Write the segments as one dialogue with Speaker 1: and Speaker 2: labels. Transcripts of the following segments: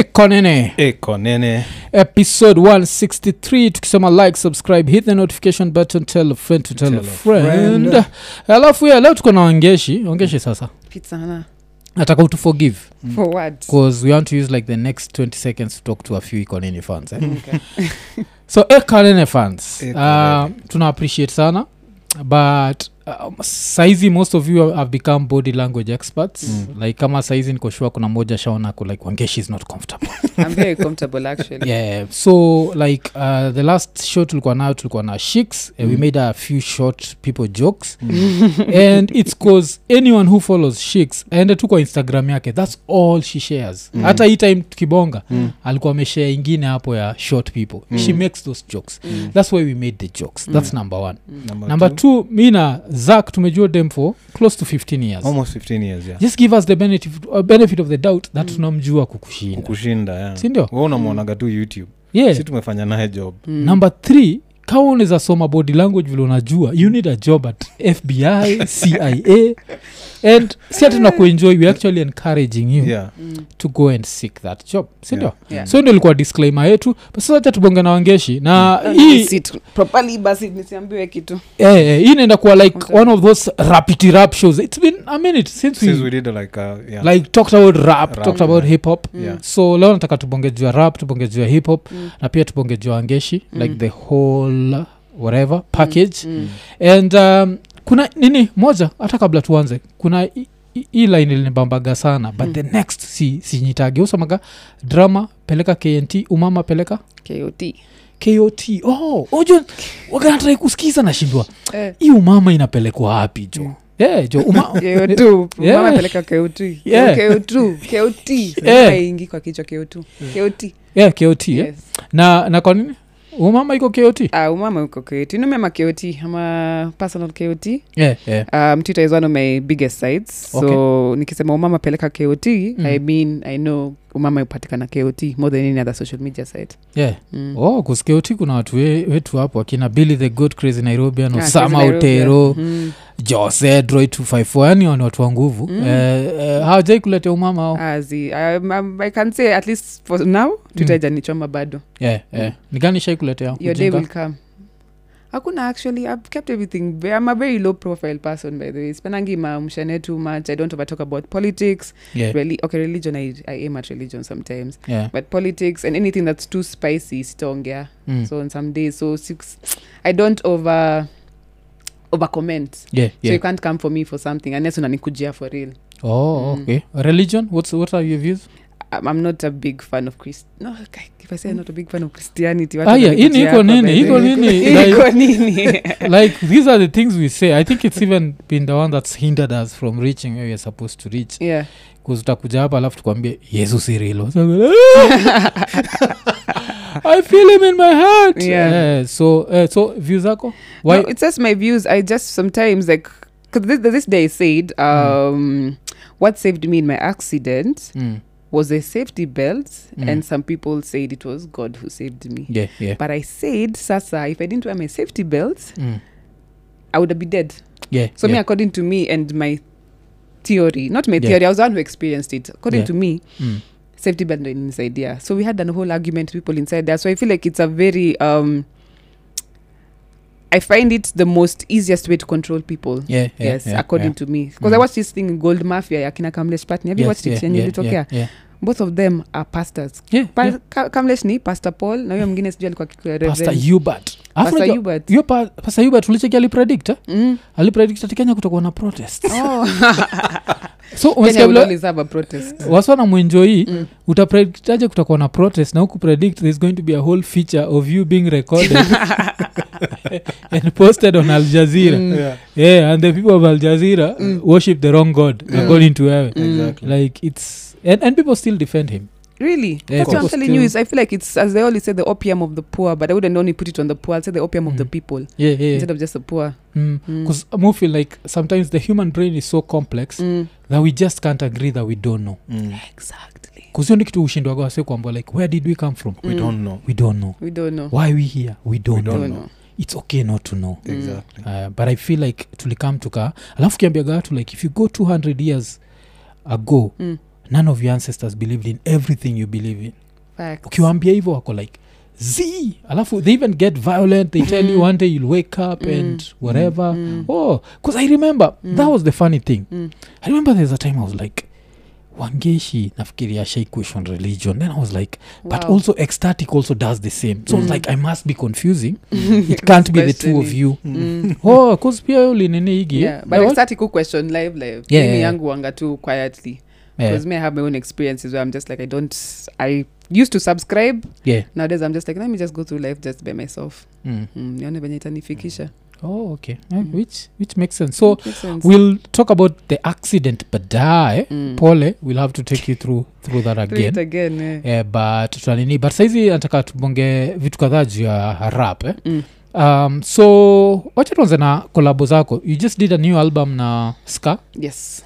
Speaker 1: iko nene
Speaker 2: iko nene
Speaker 1: Eh, episode 163 tukisema like subscribe hit the notification button tell a friend to tell, a
Speaker 2: Tell a
Speaker 1: friend,
Speaker 2: friend.
Speaker 1: alafu ya leo tuko na wangeshi wangeshi sasa
Speaker 3: pitana
Speaker 1: nataka utu forgive
Speaker 2: Mm.
Speaker 3: for what
Speaker 1: because we want to use like the next 20 seconds to talk to a few ikonene fans eh?
Speaker 3: Okay.
Speaker 1: so ekanene fans uh,
Speaker 2: Ekanene.
Speaker 1: tuna appreciate sana but uh, saizi most of you have become body language experts
Speaker 2: Mm.
Speaker 1: like kama saizi nikoshua kuna moja shaona ako like wangeshi is not comfortable
Speaker 3: i'm very comfortable actually
Speaker 1: yeah so like uh, the last show tulikuwa nayo tulikuwa na shiks and we
Speaker 2: Mm.
Speaker 1: made a few short people jokes
Speaker 2: Mm.
Speaker 1: and it's cause anyone who follows shiks aende tu kwa instagram yake that's all she shares
Speaker 2: Mm.
Speaker 1: hata hii time tukibonga
Speaker 2: Mm.
Speaker 1: alikuwa ameshare ingine hapo ya short people
Speaker 2: Mm.
Speaker 1: she makes those jokes
Speaker 3: Mm.
Speaker 1: that's why we made the jokes that's number one
Speaker 2: Number
Speaker 1: number
Speaker 2: two.
Speaker 1: two mi na zak tumejua dem for close to 15 years
Speaker 2: almost 15 years yeah.
Speaker 1: just give us the benefit, uh, benefit of the doubt that
Speaker 3: Mm.
Speaker 1: tunamjua kukushinda
Speaker 2: kukushinda yeah.
Speaker 1: sindio
Speaker 2: we unamwonaga tu youtube
Speaker 1: yeah
Speaker 2: si tumefanya naye job
Speaker 3: Mm.
Speaker 1: number three kama unaweza soma body language vile unajua you need a job at fbi cia and si ati nakuenjoy we actually encouraging you
Speaker 2: yeah.
Speaker 3: Mm.
Speaker 1: to go and seek that job sindio
Speaker 2: Yeah.
Speaker 1: yeah.
Speaker 3: Yeah.
Speaker 1: so ndio ilikuwa disclaimer yetu But sasa hacha tubonge na wangeshi na
Speaker 2: Mm.
Speaker 3: Ah,
Speaker 1: hii
Speaker 3: sit properly basi nisiambiwe kitu
Speaker 1: eh, eh, hii inaenda kuwa like
Speaker 3: Okay.
Speaker 1: one of those rapity rap shows it's been a minute since we,
Speaker 2: Since we did like a, yeah.
Speaker 1: like talked about rap,
Speaker 2: Rap,
Speaker 1: talked about
Speaker 2: yeah.
Speaker 1: hip hop
Speaker 2: Yeah.
Speaker 1: so leo nataka tubonge juu ya rap tubonge juu ya hip hop
Speaker 3: Mm.
Speaker 1: na pia tubonge juu ya wangeshi like
Speaker 3: Mm.
Speaker 1: the whole whatever package
Speaker 3: Mm.
Speaker 1: and um, kuna nini moja hata kabla tuanze kuna i- i- hii line linibambaga sana but
Speaker 3: Mm.
Speaker 1: the next si sinyitage usamaga drama peleka knt umama peleka
Speaker 3: KOT.
Speaker 1: kot oh, ojo wakanatrai kusikiza nashindwa
Speaker 3: Eh,
Speaker 1: hii umama inapelekwa wapi jo
Speaker 3: Hmm.
Speaker 1: yeah, jo uma,
Speaker 3: KO2.
Speaker 1: Yeah.
Speaker 3: Mama peleka KO2.
Speaker 1: Yeah.
Speaker 3: KO2. KOT.
Speaker 1: Yeah.
Speaker 3: Haingii kwa kichwa KO2. KOT.
Speaker 1: yeah, kot yeah.
Speaker 3: Yes.
Speaker 1: eh. na na kwa nini umama iko kot
Speaker 3: Ah, umama uko KOT. You know me, I'm a KOT. I'm a personal KOT.
Speaker 1: yeah, yeah.
Speaker 3: um, twitter is one of my biggest sites so nikisema umama peleka kot
Speaker 1: Mm.
Speaker 3: i mean i know umama upatikana kot more than any other social media site
Speaker 1: yeah.
Speaker 3: Mm.
Speaker 1: oh kuskioti kuna watu we- wetu hapo akina billy the good crazy nairobian
Speaker 3: Ah,
Speaker 1: osama
Speaker 3: Nairobi.
Speaker 1: utero
Speaker 3: Mm.
Speaker 1: jose droid 254 yani wao ni watu wa nguvu mm.
Speaker 3: Mm.
Speaker 1: eh, eh, hawajai kuletea umama ao
Speaker 3: Ah, zi- um, um, i can say at least for now
Speaker 1: Mm.
Speaker 3: twitter janichoma bado
Speaker 1: yeah, yeah. niganishai kuletea
Speaker 3: your day
Speaker 1: ujinga.
Speaker 3: will come hakuna actually i've kept everything ve- i'm a very low profile person by the way spenangi mamshane too much i don't overtalk about politics
Speaker 1: yeah,
Speaker 3: really okay religion I, i aim at religion sometimes
Speaker 1: yeah.
Speaker 3: but politics and anything that's too spicy sitaongea
Speaker 1: Mm.
Speaker 3: so on some days so six i don't over over comment so
Speaker 1: yeah,
Speaker 3: you
Speaker 1: yeah.
Speaker 3: can't come for me for something unless unanikujia for real
Speaker 1: oh,
Speaker 3: Mm.
Speaker 1: okay. religion What's, what are your views
Speaker 3: I'm, i'm not a big fan of Christ no okay, if i say I'm not a big fan of christianity watu
Speaker 1: Ah, yeah,
Speaker 3: watanikujia
Speaker 1: ini iko
Speaker 3: hapa
Speaker 1: nini,
Speaker 3: by the
Speaker 1: iko
Speaker 3: way.
Speaker 1: nini,
Speaker 3: iko nini
Speaker 1: like these are the things we say i think it's even been the one that's hindered us from reaching where weare supposed to reach
Speaker 3: yeah
Speaker 1: bcause utakuja hapa alafu tukwambie yesu sirilo i feel him in my heart
Speaker 3: Yeah.
Speaker 1: Eh, so eh, so view zako why
Speaker 3: Why? No, it's just my views i just sometimes like because this, this day I said
Speaker 1: Mm.
Speaker 3: um what saved me in my accident
Speaker 1: Mm,
Speaker 3: was a safety belt
Speaker 1: Mm.
Speaker 3: and some people said it was god who saved me
Speaker 1: yeah, yeah.
Speaker 3: but i said sasa if i didn't wear my safety belt
Speaker 1: Mm,
Speaker 3: I would have been dead.
Speaker 1: yeah,
Speaker 3: So me,
Speaker 1: yeah.
Speaker 3: according to me and my theory, not my
Speaker 1: Yeah.
Speaker 3: theory, I was the one who experienced it. According
Speaker 1: Yeah.
Speaker 3: to me,
Speaker 1: Mm.
Speaker 3: safety belt went inside there. So we had a whole argument, people inside there. So I feel like it's a very um I find it the most easiest way to control people.
Speaker 1: Yeah, yeah,
Speaker 3: yes,
Speaker 1: yeah,
Speaker 3: according
Speaker 1: yeah.
Speaker 3: to me. Because I
Speaker 1: Mm.
Speaker 3: watched this thing Gold Mafia, Akina Kamlesh Patni. Have you watched it? Yeah, yeah, yeah.
Speaker 1: yeah,
Speaker 3: Both of them are pastors.
Speaker 1: yeah,
Speaker 3: Pa-
Speaker 1: yeah.
Speaker 3: Ka- Kamlesh ni Pastor Paul na huyo mwingine sijui alikuwa akiitwa
Speaker 1: Pastor
Speaker 3: Reverend
Speaker 1: Hubert. Alafu
Speaker 3: Pastor
Speaker 1: unajua-
Speaker 3: Hubert.
Speaker 1: hiyo pa- Pastor Hubert ulicheki alipredict eh?
Speaker 3: Mm.
Speaker 1: alipredict ati kenya kutakuwa na protest so
Speaker 3: Oh. Kenya
Speaker 1: umesikia
Speaker 3: will
Speaker 1: vile
Speaker 3: always have a protest.
Speaker 1: waswana mwenjoii
Speaker 3: Mm.
Speaker 1: utapredictaje kutakuwa na protest na huku predict there's going to be a whole feature of you being recorded and posted on al jazeera
Speaker 3: Mm.
Speaker 2: Yeah.
Speaker 1: yeah, and the people of al jazeera
Speaker 3: Mm.
Speaker 1: worship the wrong god
Speaker 2: Yeah.
Speaker 1: according to wewe
Speaker 3: Mm.
Speaker 2: Exactly.
Speaker 1: like it's and, and people still defend him
Speaker 3: Really?
Speaker 1: Yeah,
Speaker 3: That's what
Speaker 1: people
Speaker 3: I'm telling you
Speaker 1: still-
Speaker 3: is I feel like it's as they always say the opium of the poor, but I wouldn't only put it on the poor, I'd say the opium of the
Speaker 1: Mm.
Speaker 3: people
Speaker 1: yeah, yeah,
Speaker 3: instead
Speaker 1: yeah.
Speaker 3: of just the poor.
Speaker 1: Mm.
Speaker 3: Mm.
Speaker 1: 'Cause I more feel like sometimes the human brain is so complex
Speaker 3: Mm.
Speaker 1: that we just can't agree that we don't know
Speaker 2: Mm.
Speaker 3: Exactly.
Speaker 1: kuzio ni kitu ushindwaga wase kwamba like where did we come from
Speaker 2: we
Speaker 3: Mm.
Speaker 2: don't know
Speaker 1: we don't know
Speaker 3: We don't know.
Speaker 1: why we here we don't, know.
Speaker 2: We don't
Speaker 3: Don't
Speaker 2: know.
Speaker 3: know.
Speaker 1: it's okay not to know
Speaker 3: Mm.
Speaker 2: exactly
Speaker 1: uh, but i feel like tulikam tuka alafu kiambiaga watu like if you go 200 years ago
Speaker 3: Mm.
Speaker 1: none of your ancestors believed in everything you believe in
Speaker 3: Facts.
Speaker 1: ukiwaambia hivyo wako like z alafu they even get violent they tell you
Speaker 3: Mm.
Speaker 1: one day you'll wake up
Speaker 3: Mm.
Speaker 1: and whatever
Speaker 3: Mm.
Speaker 1: oh because i remember
Speaker 3: Mm.
Speaker 1: that was the funny thing
Speaker 3: Mm.
Speaker 1: i remember there's a time i was like wangeshi nafikiria shai question religion then i was like but
Speaker 3: Wow.
Speaker 1: also ecstatic also does the same so I was
Speaker 3: Mm.
Speaker 1: like i must be confusing it can't be the two of
Speaker 3: Especially.
Speaker 1: you
Speaker 3: Mm.
Speaker 1: oh cause pia ulinini igi
Speaker 3: Yeah, but
Speaker 1: Yeah,
Speaker 3: I started to question live live.
Speaker 1: Yeah,
Speaker 3: Mimi
Speaker 1: yeah, yeah.
Speaker 3: yangu wanga too quietly
Speaker 1: yeah,
Speaker 3: because me I have my own experiences where I'm just like I don't I used to subscribe
Speaker 1: yeah.
Speaker 3: nowadays I'm just like let me just go through life just by myself.
Speaker 1: Mm.
Speaker 3: Mm, nione venye itanifikisha.
Speaker 1: oh okay Eh,
Speaker 3: Mm.
Speaker 1: which which makes sense so
Speaker 3: Makes sense.
Speaker 1: we'll talk about the accident baadaye
Speaker 3: Mm.
Speaker 1: pole we'll have to take you through through that
Speaker 3: Do
Speaker 1: again
Speaker 3: it again, eh.
Speaker 1: Eh, but tutanini but saizi nataka tubonge vitu kadhaa juu ya rap eh?
Speaker 3: Mm.
Speaker 1: um, so wacha tuanze na kolabo zako you just did a new album na ska
Speaker 3: Yes.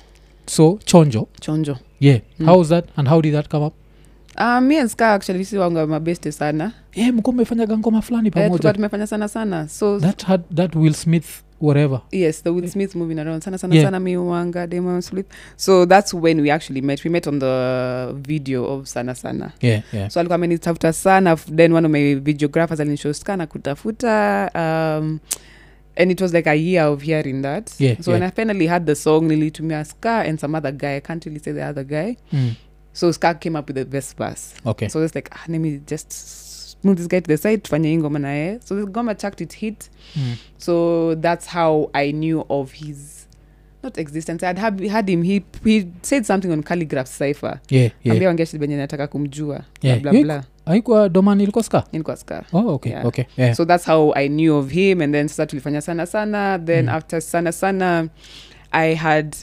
Speaker 1: so chonjo
Speaker 3: Chonjo.
Speaker 1: yeah
Speaker 3: Mm.
Speaker 1: how was that and how did that come up
Speaker 3: Uh, me and Ska actually si wangu mabeste sana.
Speaker 1: yeah, mko mmefanyaga ngoma fulani
Speaker 3: Eh,
Speaker 1: pamoja
Speaker 3: tulikuwa tumefanya sana sana. So
Speaker 1: that had that will smith whatever
Speaker 3: yes the will smith moving around sana sana
Speaker 1: Yeah.
Speaker 3: sana mi wanga demon sleep so that's when we actually met we met on the video of sana sana
Speaker 1: yeah, yeah.
Speaker 3: so alikuwa amenitafuta sana f- then one of my videographers alinishostkana kutafuta um, and it was like a year of hearing that
Speaker 1: Yeah,
Speaker 3: so when i finally had the song nilitumia ska and some other guy i can't really say the other guy
Speaker 1: Mm.
Speaker 3: so ska came up with the best verse
Speaker 1: okay
Speaker 3: so it's like ah, let me just move this guy to the side tufanye hii ngoma naye so the goma chucked it hit
Speaker 1: mm.
Speaker 3: so that's how I knew of his not existence. I'd have had him. He he said something on calligraph cipher.
Speaker 1: yeah, yeah.
Speaker 3: Ambia wangeshi benye nataka kumjua.
Speaker 1: Yeah.
Speaker 3: Blah blah blah.
Speaker 1: aikwa domani ilikuwa ska
Speaker 3: Nilikuwa scar.
Speaker 1: oh okay
Speaker 3: Yeah.
Speaker 1: okay yeah.
Speaker 3: So that's how I knew of him. And then sasa tulifanya sana sana. Then
Speaker 1: Mm.
Speaker 3: after sana sana, I had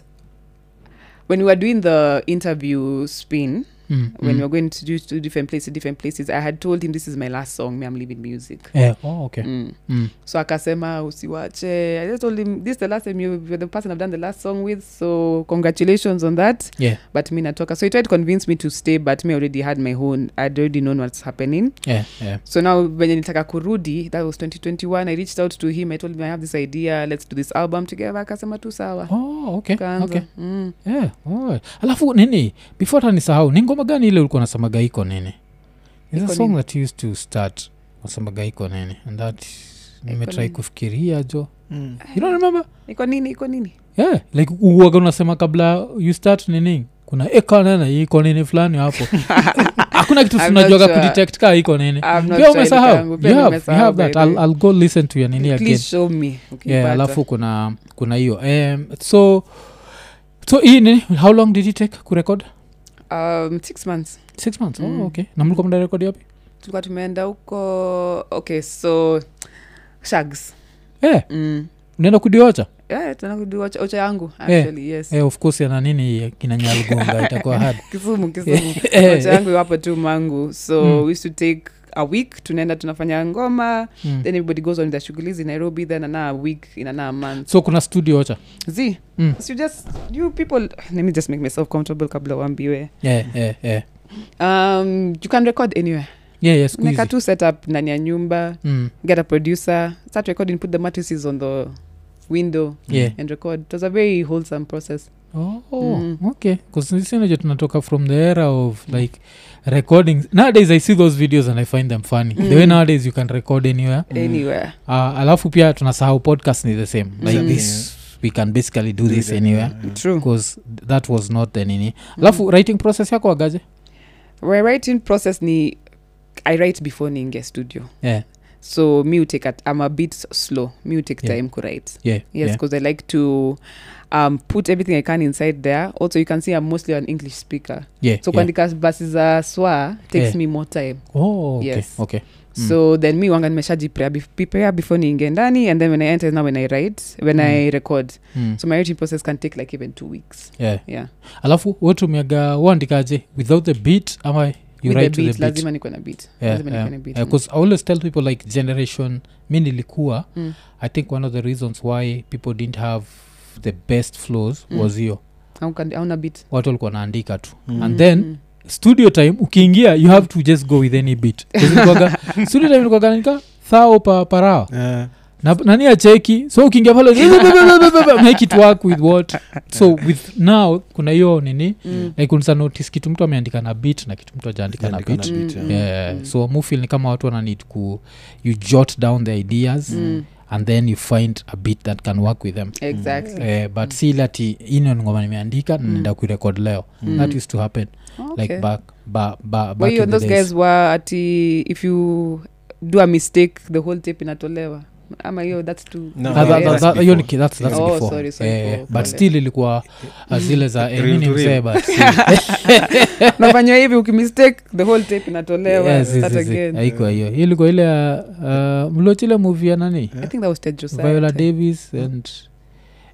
Speaker 3: when we were doing the interview spin
Speaker 1: mm.
Speaker 3: when we
Speaker 1: mm.
Speaker 3: were going to do to different places different places i had told him this is my last song me i'm leaving music
Speaker 1: yeah. oh, okay
Speaker 3: mm.
Speaker 1: mm.
Speaker 3: so akasema usiwache i just told him this is the last time you, you're the person i've done the last song with so congratulations on that
Speaker 1: yeah
Speaker 3: but me natoka so he tried to convince me to stay but me already had my own i'd already known what's happening
Speaker 1: yeah yeah
Speaker 3: so now venye nitaka kurudi that was 2021 i reached out to him i told him i have this idea let's do this album together akasema tu sawa
Speaker 1: oh okay
Speaker 3: Tukaanza.
Speaker 1: okay
Speaker 3: Mm.
Speaker 1: yeah, alright. Eh, alafu nini before tanisahau ni ngoma gani ile ulikuwa nasemaga iko nini There's
Speaker 3: Iko
Speaker 1: a song
Speaker 3: nini?
Speaker 1: that you used to start wasemaga iko nini and that nimetrai
Speaker 3: nini? Eh.
Speaker 1: kufikiria jo
Speaker 2: Mm.
Speaker 1: you don't remember
Speaker 3: iko nini iko nini
Speaker 1: yeah like uwaga unasema kabla you start nini kuna iko nini iko nini fulani hapo hakuna kitu
Speaker 3: I'm
Speaker 1: tunajuaga
Speaker 3: not sure.
Speaker 1: kudetect kaa iko nini
Speaker 3: I'm not
Speaker 1: pia
Speaker 3: sure
Speaker 1: umesahau
Speaker 3: ndugu yangu,
Speaker 1: you
Speaker 3: pia
Speaker 1: have, you
Speaker 3: nimesahau,
Speaker 1: have that
Speaker 3: baby.
Speaker 1: I'll, i'll go listen to your nini again
Speaker 3: please show me
Speaker 1: yeah,
Speaker 3: ukipata.
Speaker 1: alafu kuna kuna hiyo um, so so hii nini how long did you take kurekod
Speaker 3: um, six months
Speaker 1: six months
Speaker 3: Mm.
Speaker 1: oh, okay na mlikuwa mnarekodi yapi
Speaker 3: tulikuwa tumeenda huko okay so shags
Speaker 1: eh
Speaker 3: mm.
Speaker 1: unaenda kudiocha
Speaker 3: Yeah, tena kudu ocha, ocha yangu
Speaker 1: Eh,
Speaker 3: actually yes
Speaker 1: eh, of course ana nini kina nyalgonga itakuwa hard
Speaker 3: kisumu kisumu
Speaker 1: Eh,
Speaker 3: ocha yangu iwapo tu mangu so
Speaker 1: Mm.
Speaker 3: we used to take a week tunaenda tunafanya ngoma
Speaker 1: mm.
Speaker 3: then everybody goes on with their shughuli in nairobi then another week in another month
Speaker 1: so kuna studio ocha
Speaker 3: z
Speaker 1: Mm.
Speaker 3: so you just you people let me just make myself comfortable kabla wambiwe
Speaker 1: yeah, yeah, yeah.
Speaker 3: um, you can record anywhere
Speaker 1: yeah, yeah, siku
Speaker 3: neka
Speaker 1: hizi
Speaker 3: tu set up ndani ya nyumba
Speaker 1: mm.
Speaker 3: get a producer start recording put the matrices on the window
Speaker 1: Yeah.
Speaker 3: and record it was a very wholesome process
Speaker 1: oh,
Speaker 3: Mm.
Speaker 1: okay 'Cause sisi unajua tunatoka from the era of like recordings nowadays i see those videos and i find them funny the way
Speaker 3: Mm.
Speaker 1: nowadays you can record anywhere
Speaker 2: Mm.
Speaker 3: anywhere
Speaker 1: uh, alafu pia tunasahau podcast ni the same like
Speaker 3: Mm.
Speaker 1: this we can basically do this
Speaker 2: Yeah,
Speaker 1: anywhere
Speaker 2: yeah.
Speaker 3: true
Speaker 1: because that was not the nini alafu
Speaker 3: Mm.
Speaker 1: writing process yako wagaje
Speaker 3: my writing process ni i write before niingia studio
Speaker 1: yeah,
Speaker 3: so mi utake at, i'm a bit slow mi utake
Speaker 1: Yeah.
Speaker 3: time kuwrite
Speaker 1: yeah,
Speaker 3: yes
Speaker 1: yeah.
Speaker 3: because i like to um, put everything i can inside there also you can see i'm mostly an english speaker
Speaker 1: Yeah,
Speaker 3: so
Speaker 1: yeah.
Speaker 3: kuandika basi za swa takes
Speaker 1: Yeah.
Speaker 3: me more time
Speaker 1: Oh, okay,
Speaker 3: Yes.
Speaker 1: okay. Mm.
Speaker 3: so then mi wanga nimeshajiprea before niingie ndani and then when i enter now when i write when i record
Speaker 1: Mm.
Speaker 3: so my writing process can take like even two weeks
Speaker 1: Yeah.
Speaker 3: yeah
Speaker 1: alafu wetumiaga uandikaje without the beat ama you
Speaker 3: With the
Speaker 1: write to
Speaker 3: beat,
Speaker 1: the beat
Speaker 3: lazima nikuwe na beat
Speaker 1: Yeah,
Speaker 3: lazima
Speaker 1: yeah.
Speaker 3: nikuwe na beat
Speaker 1: Yeah, 'cause i always tell people like generation mi nilikuwa
Speaker 3: Mm.
Speaker 1: i think one of the reasons why people didn't have the best flows
Speaker 3: Mm.
Speaker 1: was hiyo
Speaker 3: Hauka- hauna beat
Speaker 1: watu walikuwa naandika tu
Speaker 2: Mm.
Speaker 1: and then
Speaker 3: Mm.
Speaker 1: studio time ukiingia you have to just go with any beat 'Cause ilikuwaga- studio time ilikuwaga nika thao pa parao
Speaker 2: Eh,
Speaker 1: na, nani acheki so ukiingia pale make it work with what so with now kuna hiyo nini
Speaker 3: Mm.
Speaker 1: like unsa notice kitu mtu ameandika na bit na kitu mtu ajaandika na
Speaker 2: Hajaandika
Speaker 1: bit
Speaker 2: na beat,
Speaker 3: Mm,
Speaker 2: yeah.
Speaker 3: mm.
Speaker 1: yeah. so mufil ni kama watu wananid ku you jot down the ideas
Speaker 3: Mm.
Speaker 1: and then you find a bit that can work with them
Speaker 3: Exactly.
Speaker 1: Eh, but si ile ati ino ni ngoma nimeandika mm. naenda kuirekod leo
Speaker 3: Mm.
Speaker 1: that used to happen
Speaker 3: Okay.
Speaker 1: like back, ba, ba,
Speaker 3: Kwa
Speaker 1: back
Speaker 3: hiyo
Speaker 1: in the
Speaker 3: those guys
Speaker 1: days.
Speaker 3: were ati if you do a mistake the whole tape inatolewa ama hiyo that's too
Speaker 2: No,
Speaker 1: Ah, that-
Speaker 2: yeah.
Speaker 1: that- that-
Speaker 2: That's
Speaker 1: hiyo ni
Speaker 2: before.
Speaker 1: ki- that's- that's
Speaker 3: Yeah. Oh,
Speaker 1: before.
Speaker 3: sorry, sorry,
Speaker 1: Eh,
Speaker 3: for-
Speaker 1: but
Speaker 3: for-
Speaker 1: still ilikuwa ah, zile za eh,
Speaker 2: Real
Speaker 1: mimi ni
Speaker 2: to
Speaker 1: mzee
Speaker 2: real.
Speaker 1: but si-
Speaker 3: nafanywa hivi ukimistake the whole tape inatolewa
Speaker 1: Yes, yes,
Speaker 3: start
Speaker 1: yes, yes.
Speaker 3: again
Speaker 1: haikuwa hiyo Hii ilikuwa ile ya, ah, mlochile movie ya nani
Speaker 3: i think that was Ted Josiah.
Speaker 1: viola davis and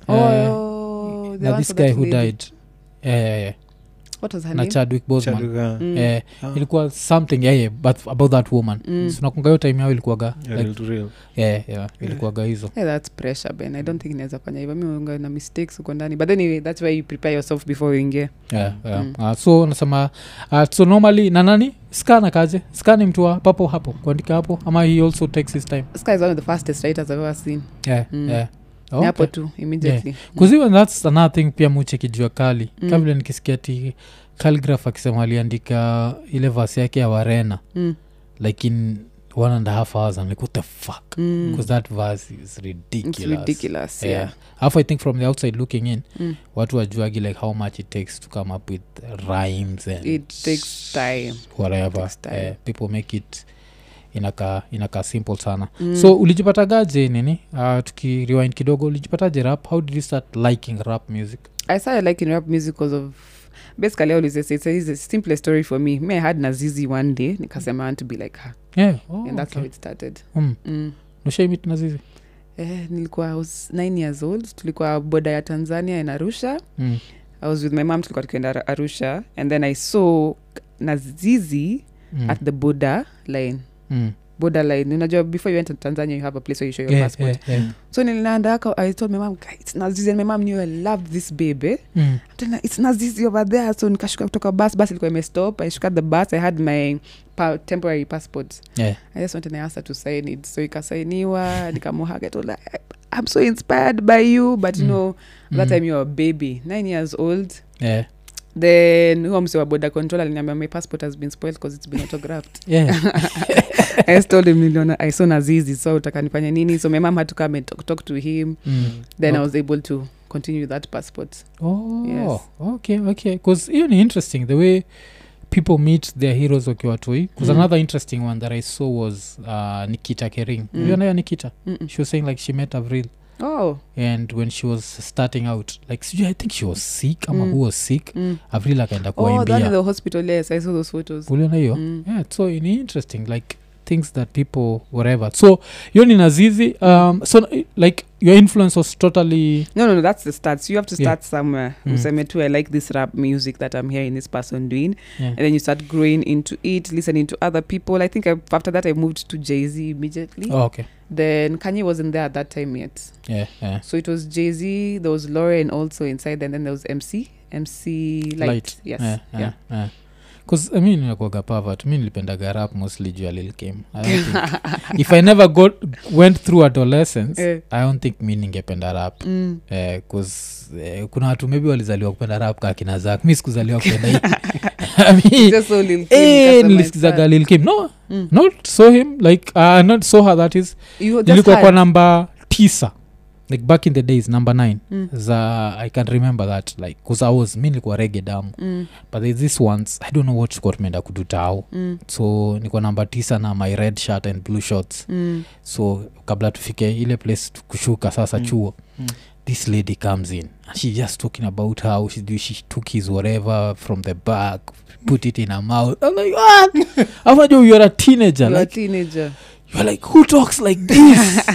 Speaker 3: Oh,
Speaker 1: eh,
Speaker 3: oh, the
Speaker 1: na
Speaker 3: one
Speaker 1: this
Speaker 3: for that
Speaker 1: guy who
Speaker 3: lady.
Speaker 1: died yeah, yeah, yeah.
Speaker 3: What was her
Speaker 1: na
Speaker 3: name?
Speaker 1: chadwick bosman
Speaker 2: Chaduga.
Speaker 3: Mm.
Speaker 1: eh,
Speaker 2: Ah,
Speaker 1: ilikuwa something yeah, yeah, but about that woman
Speaker 3: Mm.
Speaker 1: sunakunga hiyo time yao ilikuwaga
Speaker 2: yeah,
Speaker 1: like,
Speaker 2: real to real.
Speaker 1: yeah, yeah, ilikuwaga hizo
Speaker 3: Yeah, that's pressure ben i don't think inaweza fanya hivyo mi unga na mistakes uko ndani but anyway that's why you prepare yourself before uingie
Speaker 1: yeah, yeah.
Speaker 3: Mm.
Speaker 1: Ah, so nasema ah, so normally na nani skana kaje skani mtu wa papo hapo kuandika hapo ama he also takes his time
Speaker 3: this guy is one of the fastest writers i've ever seen
Speaker 1: yeah,
Speaker 3: Mm.
Speaker 1: yeah.
Speaker 3: Ni hapo
Speaker 1: Okay. Mm.
Speaker 3: tu immediately
Speaker 1: Cause even that's another thing pia mucheki jua kali
Speaker 3: Mm.
Speaker 1: mm. kabla nikisikia ti calgraph akisema aliandika ile vasi yake ya warena
Speaker 3: Mm,
Speaker 1: like in one and a half hours I'm like what the fuck
Speaker 3: mm.
Speaker 1: because that verse is
Speaker 3: It's
Speaker 1: ridiculous
Speaker 3: ridiculous yeah.
Speaker 1: yeah. Alafu i think from the outside looking in
Speaker 3: Mm.
Speaker 1: watu wajuagi like how much it takes to come up with rhymes and
Speaker 3: it takes time
Speaker 1: whatever
Speaker 3: Takes time.
Speaker 1: Eh, people make it inaka inaka simple sana
Speaker 3: Mm.
Speaker 1: so ulijipatagaje nini uh, tukirewind kidogo ulijipataje rap how did you start liking rap music
Speaker 3: I started liking rap music because of basically I always say it's a, it's a simpler story for me. Me I had Nazizi one day nikasema I want to be like her
Speaker 1: yeah. oh,
Speaker 3: and that's
Speaker 1: okay.
Speaker 3: how it started.
Speaker 1: Mm.
Speaker 3: Mm.
Speaker 1: Ushaimit na zizi
Speaker 3: Eh, nilikuwa I was nine years old tulikuwa boda ya Tanzania in Arusha
Speaker 1: Mm.
Speaker 3: I was with my mom tulikuwa tukienda Ar- Arusha and then I saw Nazizi
Speaker 1: Mm.
Speaker 3: at the border line
Speaker 1: Mm.
Speaker 3: border line unajua before you enter Tanzania you have a place where you show your
Speaker 1: Yeah,
Speaker 3: passport
Speaker 1: yeah, yeah.
Speaker 3: so nilinaenda haka I told my mom "Guy, it's Nazizi and my mom knew I loved this baby
Speaker 1: Mm.
Speaker 3: tena it's nazizi over there so nikashuka kutoka bus bus ilikuwa imestop i shuka the bus i had my pa temporary passport
Speaker 1: Yeah.
Speaker 3: i just wanted naasa to sign it so ikasainiwa nikamuhaga tola i'm so inspired by you but you
Speaker 1: Mm.
Speaker 3: know that
Speaker 1: Mm.
Speaker 3: time you're a baby nine years old
Speaker 1: Yeah.
Speaker 3: then huwa mse wa boda control aliniambia my passport has been spoiled because it's been autographed
Speaker 1: Yeah.
Speaker 3: i just told him niliona i saw nazizi so utakanifanya nini so my mom had to come and talk, talk to him
Speaker 1: Mm.
Speaker 3: then i
Speaker 1: Okay.
Speaker 3: was able to continue that passport
Speaker 1: Oh,
Speaker 3: Yes.
Speaker 1: okay okay bcause hiyo ni interesting the way people meet their heroes wakiwa toi bcause
Speaker 3: Mm.
Speaker 1: another interesting one that i saw was uh, nikita kering
Speaker 3: Mm.
Speaker 1: mm. nayo nikita
Speaker 3: mm -mm.
Speaker 1: she was saying like she met avril
Speaker 3: oh
Speaker 1: and when she was starting out like sijui i think she was sick ama
Speaker 3: Mm.
Speaker 1: who was sick
Speaker 3: mm.
Speaker 1: avril akaenda
Speaker 3: oh that is
Speaker 1: kuwaimbia
Speaker 3: the hospital yes i saw those photos
Speaker 1: uliona hiyo
Speaker 3: Mm.
Speaker 1: yeah so ni interesting like things that people whatever so hiyo ni nazizi um, so like your influence was totally
Speaker 3: no no no that's the start so you have
Speaker 1: Yeah.
Speaker 3: to start somewhere
Speaker 1: Mm.
Speaker 3: useme too i like this rap music that i'm hearing this person doing
Speaker 1: yeah.
Speaker 3: and then you start growing into it listening to other people i think I, after that i moved to jay-z immediately
Speaker 1: oh, okay
Speaker 3: then kanye wasn't there at that time yet
Speaker 1: yeah, yeah.
Speaker 3: so it was jay-z there was lauren also inside and then there was mc mc light,
Speaker 1: Light. Yeah,
Speaker 3: yes yeah,
Speaker 1: yeah, yeah. 'Cause, I mean, nakuwaga pervert. mi nilipendaga rap mostly juu ya Lil Kim. I don't think- if i never got, went through adolescence
Speaker 3: Eh,
Speaker 1: i don't think mi ningependa rap
Speaker 3: mm.
Speaker 1: Eh, 'cause, eh, kuna watu maybe walizaliwa kupenda rap kaa kina zak mi sikuzaliwa kupenda hii I mean,
Speaker 3: Just so Lil' Kim
Speaker 1: eh,
Speaker 3: customised
Speaker 1: nilisikizaga
Speaker 3: that.
Speaker 1: Lil Kim. no
Speaker 3: Mm.
Speaker 1: not saw him like uh, not saw her that is
Speaker 3: You just
Speaker 1: nilikuwa kwa
Speaker 3: had-
Speaker 1: namba tisa like back in the days number nine
Speaker 3: Mm.
Speaker 1: za i can remember that like bcause i was mi nilikuwa rege damu
Speaker 3: Mm,
Speaker 1: but there's this once i don't know what tulikuwa tumeenda kudutao
Speaker 3: mm,
Speaker 1: so nikuwa namba tisa na my red shirt and blue shorts
Speaker 3: mm.
Speaker 1: so kabla tufike ile place tu- kushuka sasa
Speaker 2: Mm.
Speaker 1: chuo
Speaker 2: Mm.
Speaker 1: this lady comes in and she's just talking about how she, do- she took his whatever from the back put it in her mouth I'm like, "What?" After you, you're a teenager
Speaker 3: You're a
Speaker 1: like,
Speaker 3: teenager
Speaker 1: you're like who talks like this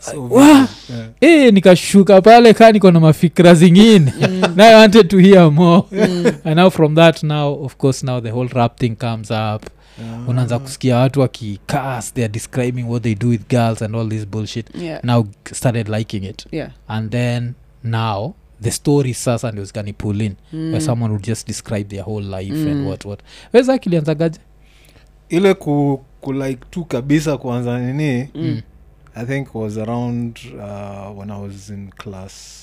Speaker 2: So
Speaker 1: Wow.
Speaker 2: vivid. Yeah.
Speaker 1: e, nikashuka pale kaa niko na mafikira zingine
Speaker 3: Mm.
Speaker 1: and i wanted to hear more and now from that now of course now the whole rap thing comes up
Speaker 2: Ah.
Speaker 1: unaanza kusikia watu wakicast theyare describing what they do with girls and all this bullshit
Speaker 3: yeah
Speaker 1: now started liking it
Speaker 3: yeah
Speaker 1: and then now the story sasa ndio zikani pull in where
Speaker 3: mm.
Speaker 1: someone would just describe their whole life
Speaker 3: Mm.
Speaker 1: and what what weza kilianzagaje
Speaker 2: ile ku, ku like tu kabisa kuanza nini
Speaker 3: Mm.
Speaker 2: i think was around uh, when i was in class